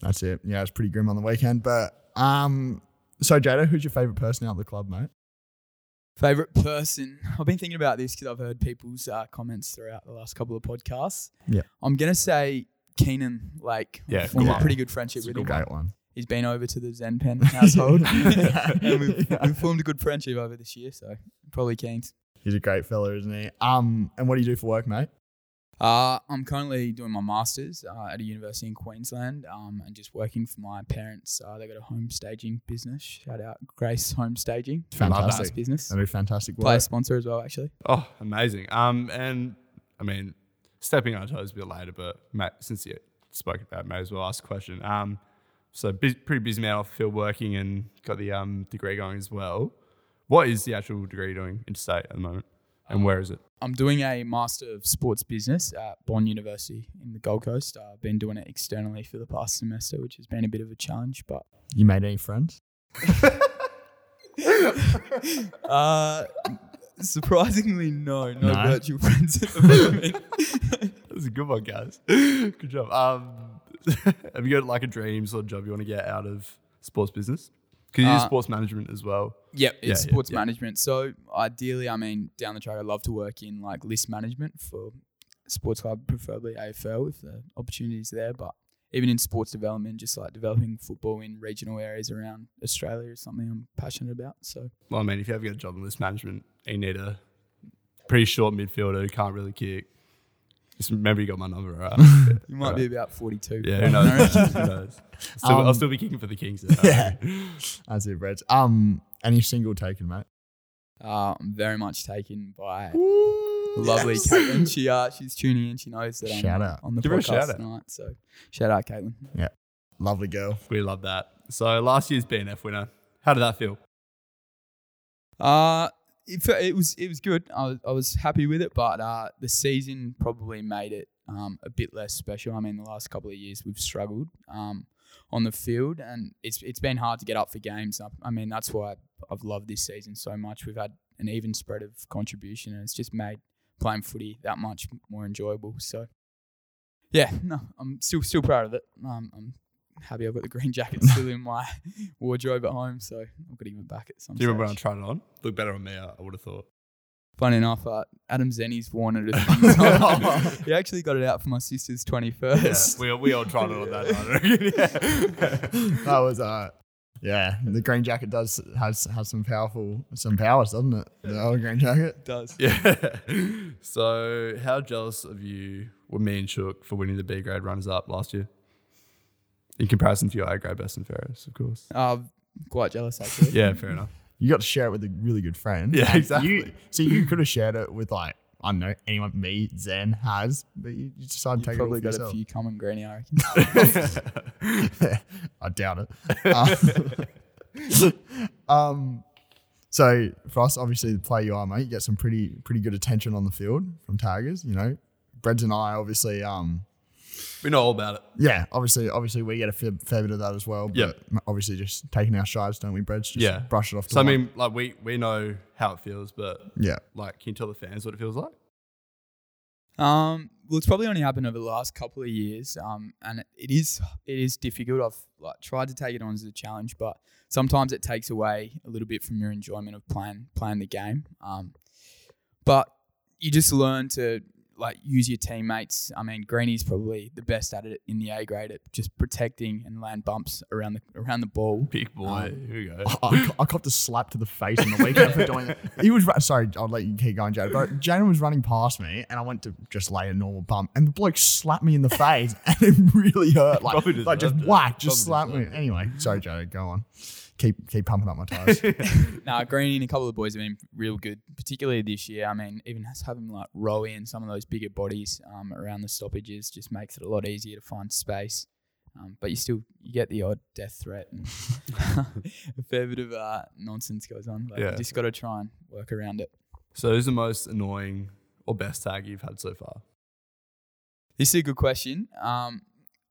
That's it. Yeah, it's pretty grim on the weekend. But um, so Jada, who's your favorite person out of the club, mate?
Favorite person? I've been thinking about this because I've heard people's uh, comments throughout the last couple of podcasts.
Yeah.
I'm gonna say Keenan Lake.
Yeah,
I've formed
good
a
one.
pretty good friendship
It's a
with him.
great one.
He's been over to the Zen Pen household, and we've,
Yeah.
we've formed a good friendship over this year. So probably Keen's.
He's a great fella, isn't he? Um, and what do you do for work, mate?
Uh, I'm currently doing my masters uh, at a university in Queensland, um, and just working for my parents. Uh, they got a home staging business. Shout out Grace Home Staging.
Fantastic.
Nice business.
That'd be fantastic. Work.
Play sponsor as well, actually.
Oh, amazing. Um, and I mean, stepping on our toes a bit later, but mate, since you spoke about, it, may as well ask a question. Um, so bu- pretty busy man off the field working and got the um degree going as well. What is the actual degree you're doing interstate at the moment, and where is it?
I'm doing a Master of Sports Business at Bond University in the Gold Coast. Uh, I've been doing it externally for the past semester, which has been a bit of a challenge, but
You made any friends?
uh, surprisingly, no, no,
No.
virtual friends at the moment.
That's a good one, guys. Good job. Um, have you got like a dream sort of job you want to get out of sports business? Because you do
Uh,
sports management as well.
Yep, it's
Yeah, yeah,
sports
yeah.
management. So ideally, I mean, down the track, I'd love to work in like list management for sports club, preferably AFL if the opportunity's there. But even in sports development, just like developing football in regional areas around Australia is something I'm passionate about. So
Well, I mean, if you ever get a job in list management, you need a pretty short midfielder who can't really kick. Just remember you got my number, all right?
you might be about 42.
yeah, who knows? who knows? Still, I'll
Um,
still be kicking for the Kings. though.
As it reads. Um, any single taken, mate?
Uh, I'm very much taken by lovely Caitlin. She uh, she's tuning in. She knows that
Shout
I'm
out.
on the
Give her a
podcast
shout out.
tonight. So shout out, Caitlin.
Lovely girl.
We love that. So last year's BNF winner. How did that feel?
Uh it, fe- it was it was good. I was, I was happy with it, but uh, the season probably made it um, a bit less special. I mean, the last couple of years we've struggled um, on the field, and it's it's been hard to get up for games. I- I mean, that's why I've loved this season so much. We've had an even spread of contribution, and it's just made playing footy that much more enjoyable. So, yeah, no, I'm still still proud of it. Um, I'm happy I've got the green jacket still in my wardrobe at home, so I'm gonna give it back at some.
Do you remember when I
stage.
tried it on? Looked better on me, I I would have thought.
Funny enough, uh, Adam Zenny's worn it. a few times. he actually got it out for my sister's
Yeah,
21st.
we, we all tried it on that night. I reckon, yeah.
That was uh yeah, the green jacket does has has some powerful some powers, doesn't it? The old green jacket.
It does.
Yeah. So, how jealous of you were me and Shook for winning the B grade runners up last year? In comparison to your A grade best and fairest, of course.
Uh, quite jealous, actually.
Yeah, fair enough.
You got to share it with a really good friend.
Yeah,
And
exactly.
You, so you could have shared it with like I don't know anyone me Zen has, but you, you decided to
You
take it all for
probably got a
yourself.
few common greenie, I reckon.
I doubt it. Um, um, so for us, obviously, the player you are, mate, you get some pretty pretty good attention on the field from Tigers. You know, Breds and I, obviously, um,
We know all about it.
yeah, obviously, obviously, we get a fair, fair bit of that as well. But
Yeah.
m- obviously, just taking our strides, don't we, Breds? Just
Yeah.
brush it off. to
So, I
one.
mean, like, we, we know how it feels, but
yeah,
like, can you tell the fans what it feels like?
Um, well, it's probably only happened over the last couple of years, um, and it is it is difficult. I've like tried to take it on as a challenge, but sometimes it takes away a little bit from your enjoyment of playing playing the game. Um, but you just learn to like use your teammates. I mean, Greeny's probably the best at it in the A grade at just protecting and land bumps around the around the ball.
Big boy. Here we go.
I, I copped a slap to the face on the weekend for doing that. He was ru- sorry. I'll let you keep going, Jaden. But Jaden was running past me, and I went to just lay a normal bump, and the bloke slapped me in the face, and it really hurt. Like,
Probably
like just
deserved it.
whack, just
Probably
slapped me. Anyway, sorry, Jaden. Go on. Keep keep pumping up my tires.
Now, Greeny and a couple of the boys have been real good, particularly this year. I mean, even us having like Rowie and some of those bigger bodies um, around the stoppages just makes it a lot easier to find space. Um, but you still you get the odd death threat and a fair bit of uh, nonsense goes on. But
Yeah.
you just got to try and work around it.
So, who's the most annoying or best tag you've had so far?
This is a good question. Um,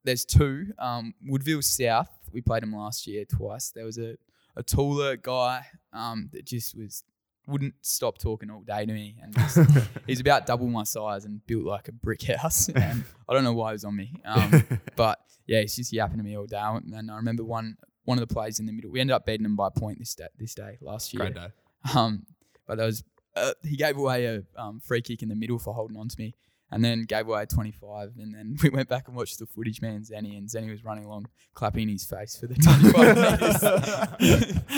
there's two. Um, Woodville South, we played them last year twice. There was a, a taller guy um, that just was wouldn't stop talking all day to me. And just, he's about double my size and built like a brick house. And I don't know why he was on me. Um, but yeah, he's just yapping to me all day. And I remember one one of the plays in the middle. We ended up beating them by a point this day, this day last year.
Great day.
Um, but that was uh, he gave away a um, free kick in the middle for holding on to me, and then gave away a 25. And then we went back and watched the footage, man, Zenny, and Zenny was running along, clapping his face for the 25 meters.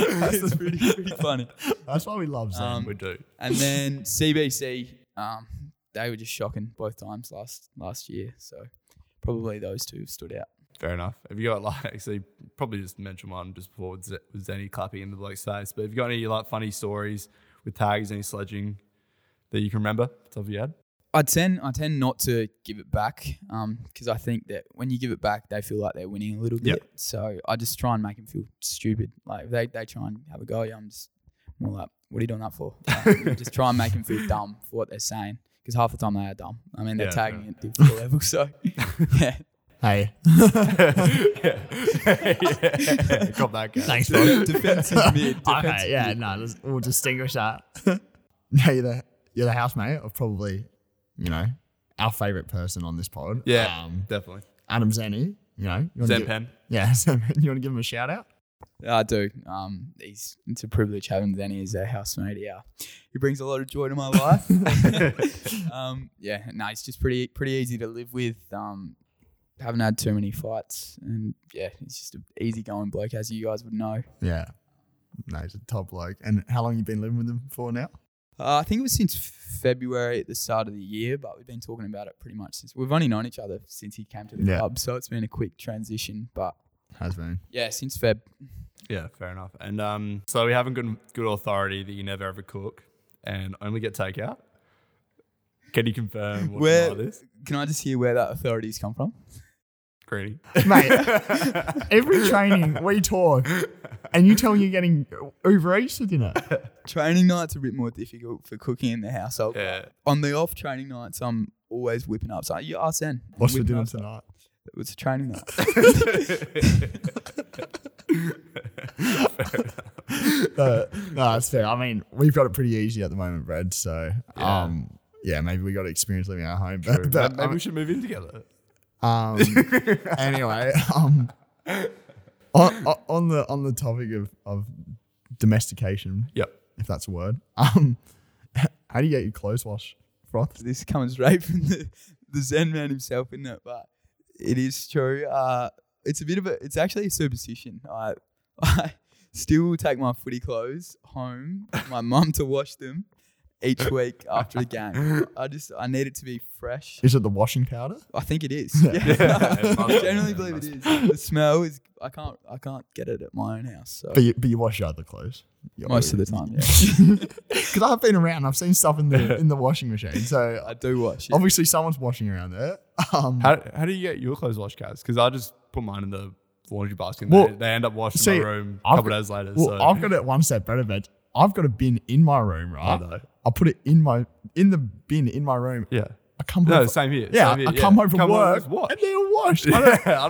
it's pretty, pretty funny.
That's why we love Zen.
Um,
We do.
And then CBC, um, they were just shocking both times last last year. So probably those two have stood out.
Fair enough. Have you got like actually probably just mentioned one just before with Z- with Zenny clapping in the bloke's face? But have you got any like funny stories with tags, any sledging that you can remember off the top of your head?
I tend I tend not to give it back because I think that when you give it back, they feel like they're winning a little bit.
Yep.
So I just try and make them feel stupid. Like if they they try and have a go. Yeah, I'm just more like, what are you doing that for? Like, just try and make them feel dumb for what they're saying because half the time they are dumb. I mean, they're
Yeah, fair.
tagging at different level. So yeah,
Hey,
yeah. yeah. Got that guy.
thanks, bro.
defensive mid.
okay, yeah, no, let's, we'll distinguish that. no, you're the you're the housemate of probably, you know, our favorite person on this pod.
Yeah,
um,
definitely.
Adam Zanny. You know, you wanna
Zen
give-
Pen.
Yeah, Zen Pen. You want to give him a shout out?
I do. Um, he's it's a privilege having Danny as a housemate. Yeah, he brings a lot of joy to my life. um, yeah, no, he's just pretty pretty easy to live with. Um, haven't had too many fights, and yeah, he's just an easygoing bloke, as you guys would know.
Yeah. No, he's a top bloke. And how long you been living with him for now?
Uh, I think it was since February at the start of the year, but we've been talking about it pretty much since we've only known each other since he came to the
Yeah.
club, so it's been a quick transition. But
Has been.
yeah, since Feb,
Yeah, fair enough. And um, so we have a good good authority that you never ever cook and only get takeout. Can you confirm what
Where-
Where? this?
can I just hear where that authority's come from?
Greedy.
Mate, every training we talk, and you tell me you're getting Uber Eats for dinner.
Training nights are a bit more difficult for cooking in the household.
Yeah.
on the off training nights, I'm always whipping up. So you ask then.
What's for dinner
Whipping up.
tonight?
It's a training night.
Uh, no, that's fair. I mean, we've got it pretty easy at the moment, Brad. So,
Yeah.
um, yeah, maybe we got to experience living at home.
True.
But, but,
Maybe we should move in together.
um, anyway, um, on, on- on the on the topic of, of domestication,
Yep.
if that's a word, um, how do you get your clothes washed, Froth?
this comes right from the, the Zen man himself, isn't it? But it is true. Uh, it's a bit of a. It's actually a superstition. I, I still take my footy clothes home, my mum to wash them each week after the game. I just I need it to be fresh.
Is it the washing powder?
I think it is.
Yeah.
Yeah.
Yeah, it must
I
be.
generally
It
believe
must
it is. The smell is I can't I can't get it at my own house. So
But you, but you wash your other clothes You
most of the time, yeah.
Because I've been around, I've seen stuff in the in the washing machine. So
I do watch it.
obviously someone's washing around there. Um,
How, how do you get your clothes washed, guys? Because I just put mine in the laundry basket. And
Well,
they, they end up washing
see,
my room a
I've
couple
got-
days later.
well,
so
I've got it one step better, but I've got a bin in my room,
I
right?
know.
I put it in my in the bin in my room.
Yeah.
I come
No,
home. from-
same here.
yeah,
same here,
I come home from work
it's washed.
and they're washed.
Yeah,
I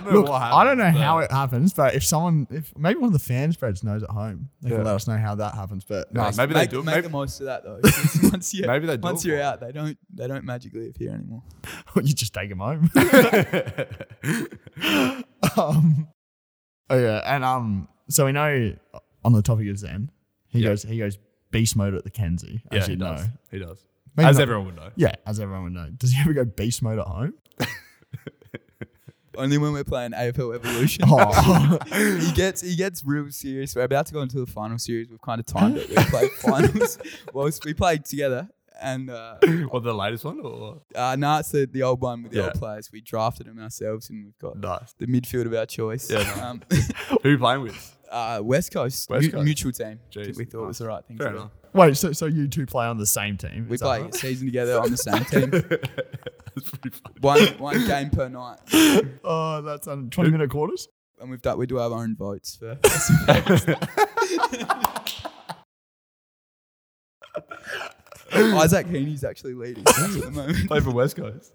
don't,
know
look,
what
I don't know
happens,
how
but-
it happens, but if someone, if maybe one of the fan spreads knows at home, they
Yeah.
can let us know how that happens. But no,
Yeah, maybe they
make,
do.
make
Maybe,
the most of that though. 'cause once you
maybe they do.
once
it
you're
for
out, they don't they don't magically appear anymore.
you just take them home. um, oh yeah, and um, so we know on the topic of Zen, he
Yeah.
goes he goes beast mode at the Kenzie.
Yeah,
As
he
you know,
does. He does.
Maybe
As
not-
everyone would know.
Yeah, as everyone would know. Does he ever go beast mode at home?
Only when we're playing AFL Evolution.
Oh,
he gets he gets real serious. We're about to go into the final series. We've kind of timed it. We play finals whilst we play together. And uh,
Or the latest one? Or
uh, now it's the, the old one with the
Yeah.
old players. We drafted them ourselves, and we've got
nice.
the midfield of our choice.
Yeah, no.
um,
Who you playing with?
uh, West Coast,
West
mu-
Coast.
mutual team.
Jeez,
we thought was the right thing.
Fair
to do.
enough.
wait, so so you two play on the same team?
We
is that
play
right?
a season together on the same team.
That's pretty funny.
one one game per night,
Oh, that's um, twenty minute quarters.
and we've done we do our own votes for. Isaac Heaney's actually leading at the moment.
Play for West Coast.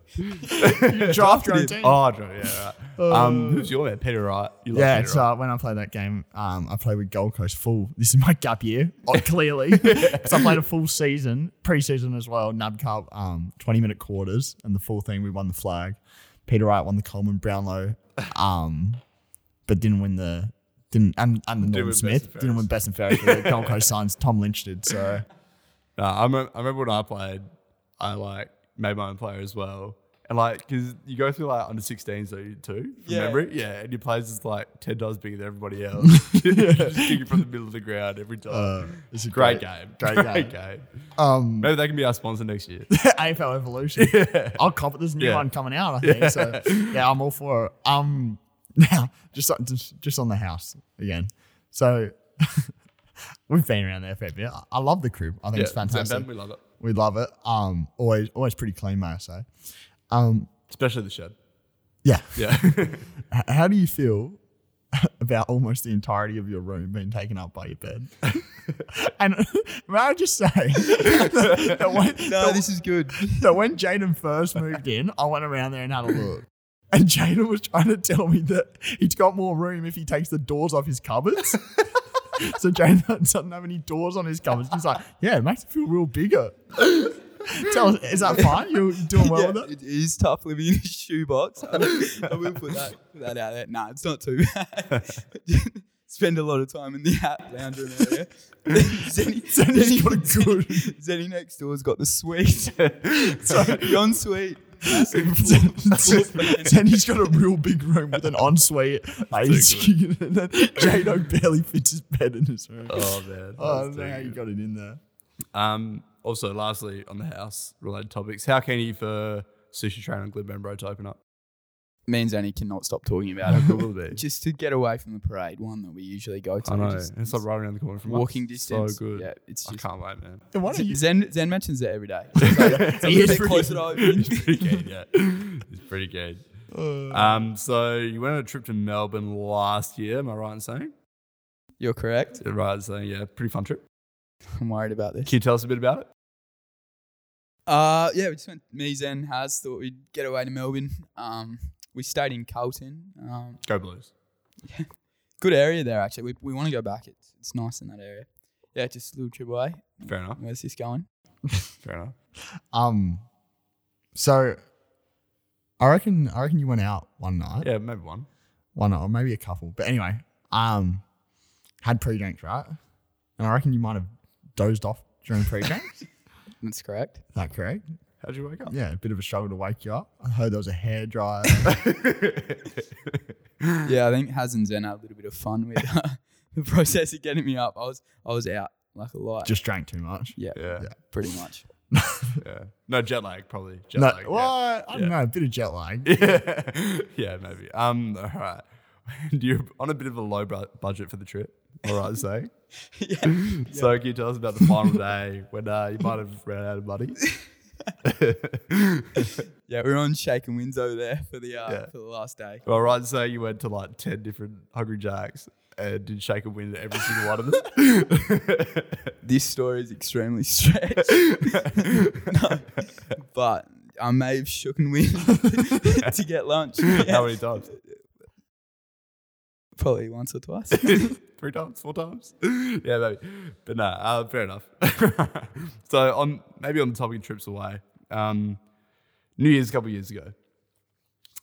Draft your own
him.
team.
Oh, Andrew, yeah. Right. um,
Uh,
who's your man? Peter Wright. You love
Yeah,
Peter
so
Wright.
uh, when I played that game, um, I played with Gold Coast full. This is my gap year, oh, clearly. Because I played a full season, pre-season as well, NAB Cup, um, 20-minute quarters, and the full thing, we won the flag. Peter Wright won the Coleman Brownlow, um, but didn't win the... Didn't, and, and the
win
Norman
best
Smith
and
didn't win best and fairest. but the Gold Coast signs Tom Lynch did. So
Nah, I, remember, I remember when I played, I like made my own player as well. And like, because you go through like under 16s though too, from
Yeah.
memory. Yeah, and your players is like 10 times bigger than everybody else. Just kicking from the middle of the ground every time.
Uh, it's a
great, game.
great game.
game.
Um,
Maybe that can be our sponsor next year.
AFL Evolution. I'll cop it. There's a new
Yeah.
one coming out, I think. So yeah, I'm all for it. Um, now just on- just just on the house again. So we've been around there for a bit. I- I love the crib. I think it's fantastic.
we love it.
We love it. Um, always always pretty clean, may I say. Um,
Especially the shed.
yeah.
Yeah.
H- How do you feel about almost the entirety of your room being taken up by your bed? and may I just say that, that when,
No,
that-
this is good.
that when Jaden first moved in, I went around there and had a look. And Jaden was trying to tell me that he's got more room if he takes the doors off his cupboards. so Jaden doesn't have any doors on his cupboards. He's like, yeah, it makes it feel real bigger. tell us, is that fine? You're doing well
Yeah,
with it?
it is tough living in a shoebox. I will- I will put that, put that out there. Nah, it's not too bad. Spend a lot of time in the out- lounge room area. Zenny,
Zenny's got a good-
Zenny next door's got the suite. so the ensuite.
Sandy's got a real big room with an ensuite. AC and then Jado barely fits his bed in his room.
oh man.
Oh, no, how you got it in there.
Um, also, lastly, on the house related topics, how can you for Sushi Train and Glib Bro to open up?
Me and Zenny cannot stop talking about it.
will be.
Just to get away from the parade, one that we usually go to.
I know.
Just,
it's like right around the corner from us.
walking distance.
So good.
Yeah, it's
I
just
can't wait, man.
And why don't you
Zen, Zen mentions it every day.
So he is
Bit
pretty-
closer to opening.
It's pretty good, yeah. It's pretty good.
Uh,
Um, so you went on a trip to Melbourne last year, am I right in saying?
You're correct.
Right in saying, yeah, pretty fun trip.
I'm worried about this.
Can you tell us a bit about it?
Uh, yeah, we just went. Me, Zen, Has thought we'd get away to Melbourne. Um, we stayed in Carlton. Um,
Go Blues.
good area there actually. We, we want to go back. It's it's nice in that area. Yeah, just a little trip away.
Fair enough.
Where's this going?
Fair enough.
Um, so I reckon I reckon you went out one night,
Yeah, maybe one.
one night, or maybe a couple. But anyway, um, had pre-drinks, right? And I reckon you might have dozed off during pre-drinks. Is
That's correct.
that correct?
How'd you wake up?
Yeah, a bit of a struggle to wake you up. I heard there was a hair dryer.
yeah, I think Has and Zen had a little bit of fun with uh, the process of getting me up. I was I was out like a lot.
Just drank too much.
yeah,
Yeah. Yeah.
pretty much.
No, jet lag, probably. Jet
No,
lag. yeah.
what? I don't
Yeah.
know. A bit of jet lag.
yeah, yeah, maybe. Um, all right. You're on a bit of a low bu- budget for the trip. All right, so
yeah.
so can you tell us about the final day when uh, you might have ran out of money?
Yeah, we were on Shake and Winds over there for the uh,
Yeah.
for the last day.
All right, so you went to like ten different Hungry Jacks and did shake and win at every single one of them.
This story is extremely stretched, No, but I may have shook and wind to get lunch. Yeah,
How many times?
probably once or twice.
Three times, four times. Yeah, maybe. But no, uh, fair enough. so on maybe on the topic of trips away, um, New Year's a couple of years ago.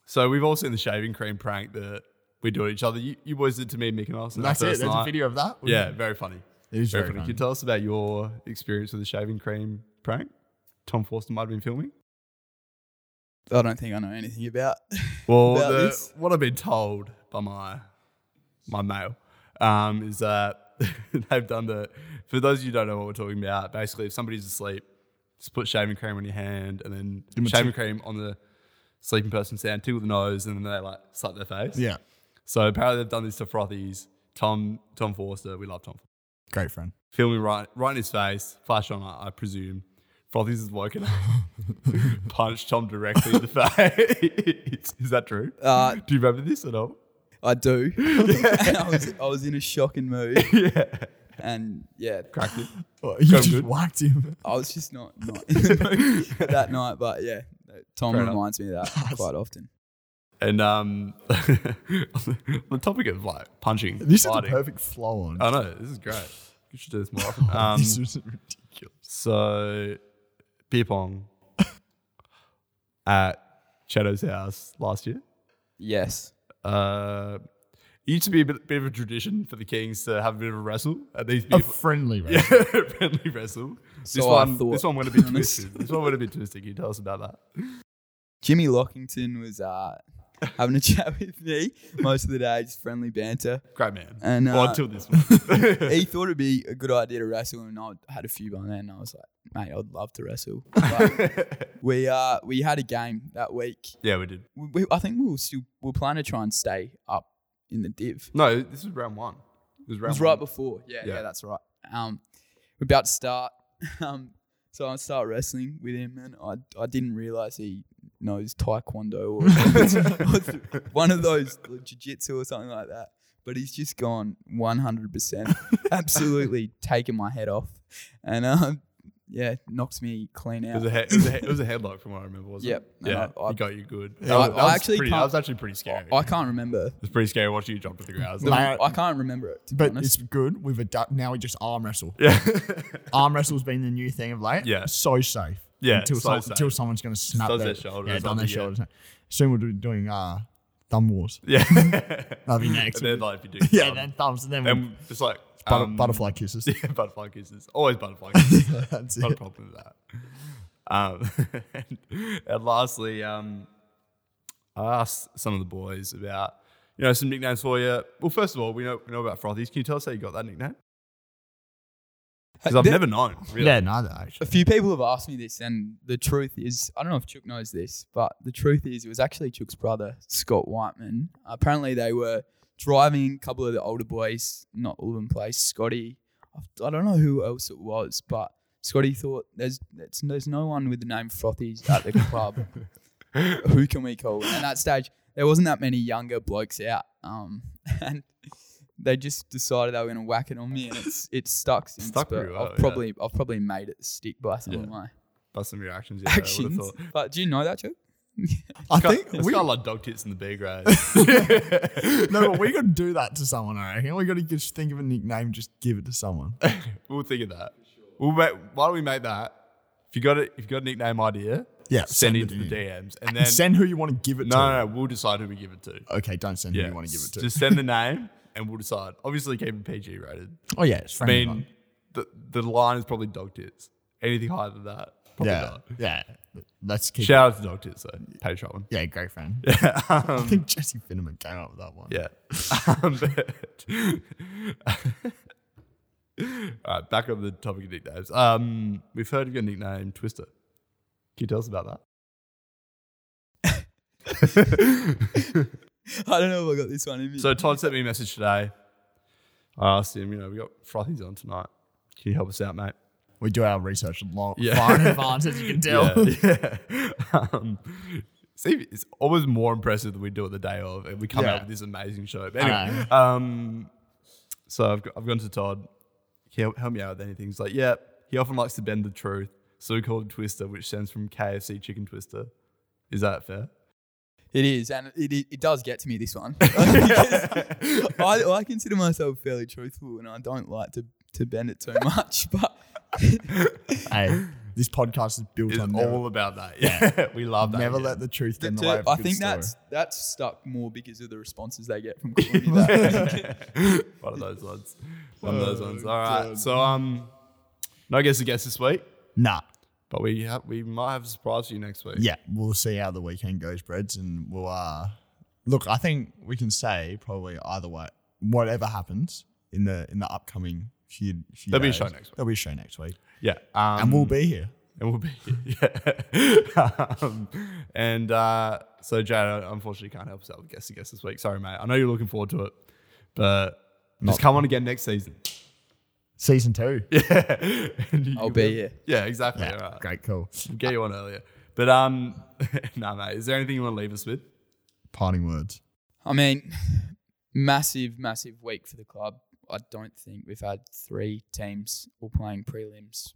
So we've all seen the shaving cream prank that we do on each other. You, you boys did to me, Mick and us. on our
That's it.
first
There's a
night.
video of that.
Yeah, very funny.
It is very
Can you
funny.
tell us about your experience with the shaving cream prank? Tom Forster might have been filming.
I don't think I know anything about.
Well,
about
the,
this?
what I've been told by my my male um, is that they've done the. For those of you who don't know what we're talking about, basically, if somebody's asleep, just put shaving cream on your hand and then
them a
shaving cream on the sleeping person's hand, tickle the nose, and then they like slap their face.
Yeah.
So apparently, they've done this to Frothies. Tom Tom Forster, we love Tom.
Great friend.
Filming right right in his face, flash on, I, I presume. Frothies is woken up, punched Tom directly in the face. is that true?
Uh,
Do you remember this at all?
I do. and I was I was in a shocking mood,
yeah.
and yeah,
Cracked it.
Well, you just
Oh, good.
whacked him.
I was just not not in the mood that night. But yeah, Tom
Fair enough.
reminds me of that quite often.
And um, on the- on the topic of like punching,
This is the
fighting,
perfect flow on.
I know this is great. You should do this more often. Uh, Um,
this is ridiculous.
so, beer pong at Shadow's house last year.
Yes.
Uh, it used to be a bit, bit of a tradition for the Kings to have a bit of a wrestle at these beer
A
pong-
friendly round.
Yeah, friendly wrestle.
So
this
I
one,
thought,
this one went a
to
bit
be honest.
twisted. This one went a bit twisted. Can you tell us about that?
Jimmy Lockington was uh, having a chat with me most of the day, just friendly banter.
Great man.
And,
well,
uh,
until this one.
He thought it'd be a good idea to wrestle, and I had a few by then. And I was like, mate, I'd love to wrestle. But we uh, we had a game that week.
yeah, we did.
We, we, I think we were still we were planning to try and stay up in the div.
No, this is round one. It was
It
round
was
one.
right before. Yeah, yeah,
Yeah.
that's right. Um, we're about to start. Um, so I start wrestling with him, and I, I didn't realize he knows Taekwondo or, or one of those Jiu Jitsu or something like that. But he's just gone 100%, absolutely taken my head off. And um, yeah, knocks me clean
It was, a
out.
he- it, was a he- it was a headlock from what I remember, wasn't
Yep.
it? Yeah.
And I- I-
he got you good.
I-
That was, that
I
was
actually
pretty,
can't-
that was actually pretty scary.
I, I can't remember.
It was pretty scary watching you jump to the ground. It was
Like-
like-
I can't remember it. To be
But it's
honest.
good. We've adapted. Now we just arm wrestle.
yeah.
Arm wrestle's been the new thing of late.
Yeah.
So safe.
Yeah,
Until,
so
some-
safe.
until someone's going to snap
does
their,
their shoulders
Yeah,
or
done
something,
their shoulders. Soon we'll be doing uh, thumb wars.
yeah.
That'll be
and
next.
then like if you do
yeah,
some-
then thumbs. And then we-
and just like
butter-
um,
butterfly kisses.
Yeah, butterfly kisses. Always butterfly kisses.
That's
Not a
it.
problem with that. Um, and, lastly, um, I asked some of the boys about, you know, some nicknames for you. Well, first of all, we know, we know about Frothies. Can you tell us how you got that nickname? Because I've
There-
never known, really.
Uh, Yeah, neither
A
actually.
few people have asked me this, and the truth is, I don't know if Chook knows this, but the truth is, it was actually Chook's brother, Scott Whiteman. Apparently, they were driving a couple of the older boys, not all of them play Scotty. I don't know who else it was, but Scotty thought there's it's, there's no one with the name Frothies at the club. who can we call? And at that stage, there wasn't that many younger blokes out, um, and they just decided they were going to whack it on me, and it's it's stuck. Since,
Stuck
but
pretty well,
I've
yeah.
probably I've probably made it stick by some
Yeah.
of my
That's some reactions. Yeah, I would have
actions.
thought.
But do you know that joke?
I
It's got-
think
it's
we
got a lot of dog tits in the B grade.
no, but we got to do that to someone. I reckon we got to just think of a nickname. Just give it to someone.
we'll think of that. We'll make, why don't we make that? If you got it, if you got a nickname idea,
Yeah,
send,
send
it
it
to the
in.
DMs, and then
send who you want to give it
no,
to.
no, no, we'll decide who we give it to.
Okay, don't send who you want to give it to.
Just send the name and we'll decide. Obviously, keep it PG rated.
oh yeah, it's
I
friendly. one.
mean, the, the line is probably dog tits. Anything higher than that, probably
yeah,
not.
yeah. Let's keep.
Shout out to dog tits though. Patreon one.
yeah, great friend. I
um,
think Jesse Finneman came up with that one.
yeah. Um, but- All right, back on the topic of nicknames. Um, we've heard of your nickname, Twister. Can you tell us about that?
I don't know if I got this one in me.
So Todd sent me a message today. I asked him, you know, we got frothies on tonight. Can you help us out, mate?
We do our research long,
Yeah.
far in advance, as you can tell.
Yeah. yeah. um, see, it's always more impressive than we do it the day of, and we come
Yeah.
out with this amazing show. But anyway,
I
um, so I've, got, I've gone to Todd. He help, help me out with anything. He's like, yeah, he often likes to bend the truth. So called Twister, which stands from KFC Chicken Twister. Is that fair?
it is, and it, it, it does get to me this one. Because I, I consider myself fairly truthful, and I don't like to to bend it too much. But
hey, this podcast is built
It's
on never,
all about that. Yeah, we love that.
never
yeah.
let the truth get in the way.
to,
Of a
I
good
think
story.
that's that's stuck more because of the responses they get from calling me that.
One of those ones. One of those
Oh,
ones. All right. So um, no guess to guess this week,
nah.
but we have we might have a surprise for you next week.
Yeah, we'll see how the weekend goes, Breds, and we'll uh look. I think we can say probably either way, whatever happens in the in the upcoming few. few
There'll be a
days,
show next week.
There'll be a show next week,
Yeah. Um,
and we'll be here.
and we'll be yeah. um, and uh, so Jada unfortunately can't help us out with guess to guess this week. Sorry, mate. I know you're looking forward to it, but just come on again next season.
Season two. Yeah,
Yeah. And you-
I'll be here.
Yeah. Exactly. All right.
great, cool.
We'll get you on earlier. But um, nah, mate. Is there anything you want to leave us with?
Parting words.
I mean, massive, massive week for the club. I don't think we've had three teams all playing prelims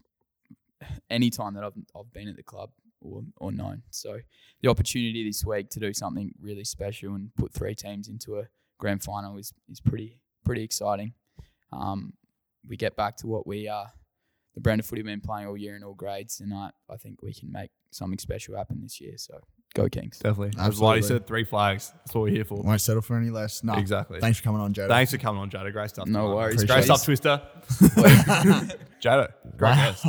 any time that I've, I've been at the club or, or known. So the opportunity this week to do something really special and put three teams into a grand final is, is pretty pretty exciting. Um, we get back to what we are, the brand of footy we've been playing all year in all grades, and I, I think we can make something special happen this year. So go Kings.
Definitely. That's why you
Absolutely.
said three flags. That's what we're here for.
Won't settle for any less. No,
Exactly.
Thanks for coming on, Jada.
Thanks for coming on, Jada. Great stuff.
No
tonight.
worries.
Great
Appreciate
stuff,
it.
Twister. Jada, great
Wow.
guest.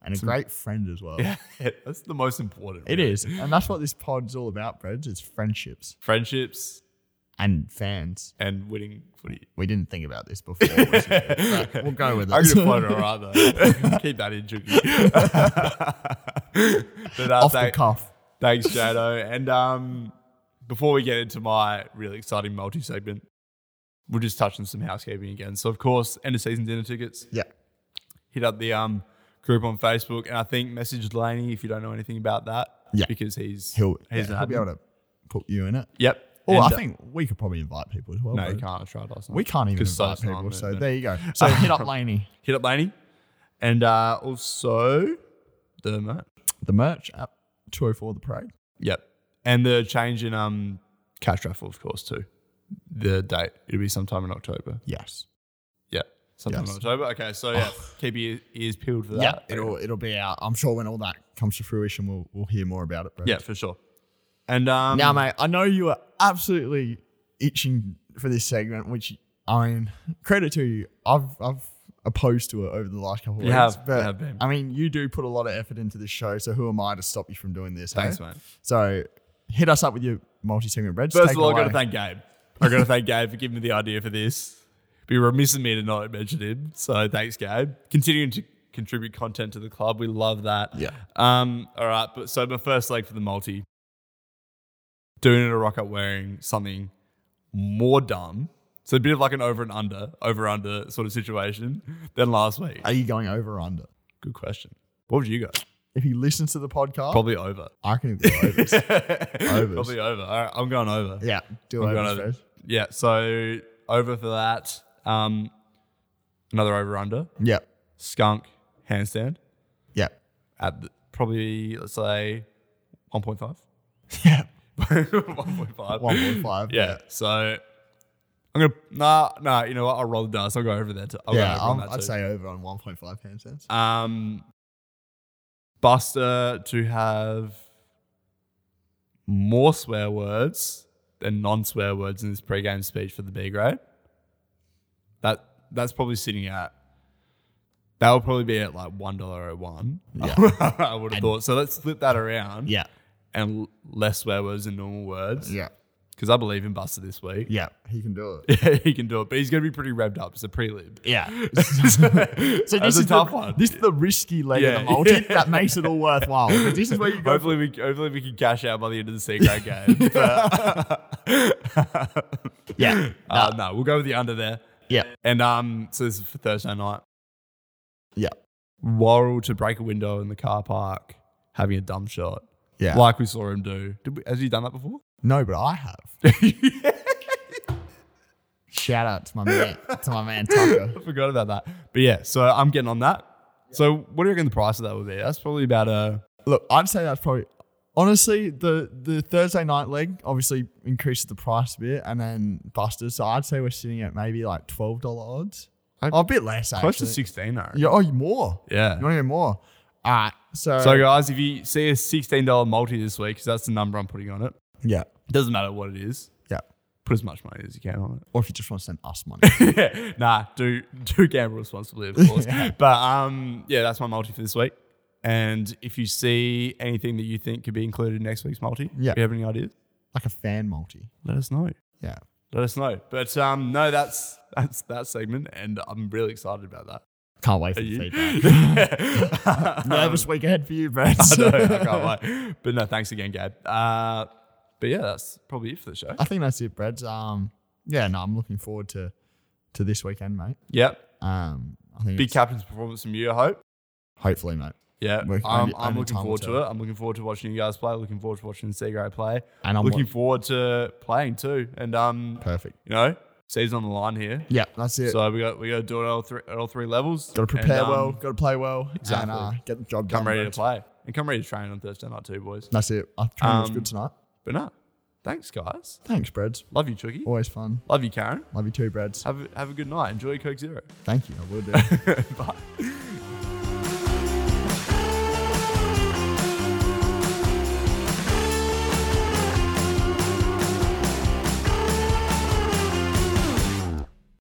and a great friend as well.
Yeah, that's the most important.
It
really.
is. And that's what this pod's all about, Breds. It's friendships
friendships
and fans.
and winning footy.
We didn't think about this before. obviously. Right, we'll go with
I'm
it.
gonna float it around though. Keep that in, Juki. but uh,
Off the
thank-
cuff.
thanks, Jado. And um, before we get into my really exciting multi segment, we'll just touch on some housekeeping again. So, of course, end of season dinner tickets.
Yeah.
hit up the um group on Facebook and I think message Laney if you don't know anything about that.
Yeah.
Because he's
He'll,
he's
yeah,
an
he'll be
admin.
able to put you in it.
Yep.
Or
And,
I
uh,
think we could probably invite people as well.
no, you
Breds.
can't. I tried last night.
We can't even
'Cause
invite
So's not on
people.
it,
So
no.
there you go. So hit up Laney.
hit up Laney. And uh, also the merch.
The merch at 204 The Parade.
Yep. And the change in um cash raffle, of course, too. The date. It'll be sometime in October.
Yes.
Yeah. Sometime
Yes.
in October. Okay. So yeah, keep your ears peeled for that.
Yeah, it'll it'll be out. I'm sure when all that comes to fruition, we'll we'll hear more about it. Bro.
Yeah, for sure. And um
Now, mate, I know you are absolutely itching for this segment, which I mean, credit to you. I've I've opposed to it over the last couple of
You
weeks.
have, you
but
have been.
I mean, you do put a lot of effort into this show, so who am I to stop you from doing this?
Thanks,
hey?
mate.
So hit us up with your multi-segment bread.
First of all, I've got to thank Gabe. I've got to thank Gabe for giving me the idea for this. Be remiss of me to not mention him. So thanks, Gabe. Continuing to contribute content to the club. We love that.
Yeah.
Um, all right. But so my first leg for the multi. Doing it a rock up wearing something more dumb. So a bit of like an over and under, over under sort of situation than last week.
Are you going over or under?
Good question. What would you go?
If he listens to the podcast,
Probably over.
I can go over. Overs.
Probably over. All right, I'm going over.
yeah, do
We've got
over.
over-
Fez.
Yeah, so over for that. Um, another over under
Yeah,
skunk handstand
yeah,
at the, probably let's say one point five.
yeah.
one point five.
One point five.
Uh, Yeah. So I'm gonna nah nah. You know what? I'll roll the dice. I'll go over there. Too. I'll go
yeah,
over on
I'm,
that
I'd
too.
say over on 1.5 hand cents.
Um, Buster to have more swear words than non swear words in his pre-game speech for the B grade. That that's probably sitting at that would probably be at like one dollar oh one.
Yeah.
I would have thought. So let's flip that around.
Yeah,
And l- less swear words than normal words.
yeah,
Because I believe in Buster this week.
yeah. He can do it.
Yeah, he can do it, but he's going to be pretty revved up. It's a prelim.
Yeah.
so
So this is
a tough
the,
one.
This is the risky leg
Yeah.
of the multi that makes it all worthwhile. 'Cause This is where you go.
Hopefully we hopefully we can cash out by the end of the C grade game. But-
Yeah,
uh, no, we'll go with the under there.
yeah,
And um, so this is for Thursday night.
yeah,
Worrell to break a window in the car park, having a dumb shot,
yeah.
like we saw him do. Did we, has he done that before?
no, but I have. Shout out to my man, to my man Tucker.
I forgot about that. But yeah, so I'm getting on that. So what do you reckon the price of that would be? That's probably about a
Look, I'd say that's probably honestly the the Thursday night leg obviously increases the price a bit, and then Buster's. So I'd say we're sitting at maybe like twelve dollar odds.
I-
oh, a bit less actually.
close to sixteen. I reckon.
Yeah, oh, more.
Yeah.
You want to hear more? All right. So,
So guys, if you see a sixteen dollar multi this week, because that's the number I'm putting on it.
yeah,
Doesn't matter what it is.
yeah.
Put as much money as you can on it.
Or if you just want to send us money,
yeah, nah, do do gamble responsibly, of course. But um, yeah, that's my multi for this week. And if you see anything that you think could be included in next week's multi,
Yeah.
if you have any ideas,
like a fan multi.
let us know.
Yeah.
Let us know. But um, no, that's that's that segment, and I'm really excited about that.
Can't wait for the feedback. Nervous week ahead for you, man.
I know, I can't wait. But no, thanks again, Gabe. Uh, but yeah, that's probably it for the show.
I think that's it, Brad. Um, yeah, no, I'm looking forward to to this weekend, mate.
Yep,
Um, I think
big
it's-
captain's performance from you, I hope.
hopefully, mate.
Yeah,
We're-
I'm,
only-
I'm
only
looking
time will
forward to
tell.
it. I'm looking forward to watching you guys play. Looking forward to watching Seagray play.
And I'm
looking
wa-
forward to playing too. And um,
perfect.
you know, season on the line here.
Yeah, that's it.
So we got we got to do it at all three at all three levels.
got to prepare
And, um,
well. Got to play well.
exactly.
And, uh, get the job
Come
done.
ready to
Brad.
play and come ready to train on Thursday night too, boys.
That's it. I think it was
Um,
good tonight.
But no, thanks guys.
Thanks, Brad.
Love you, Chucky.
Always fun.
Love you, Karen.
Love you too, Brad.
Have a, have a good night. Enjoy Coke Zero.
Thank you. I will do.
Bye.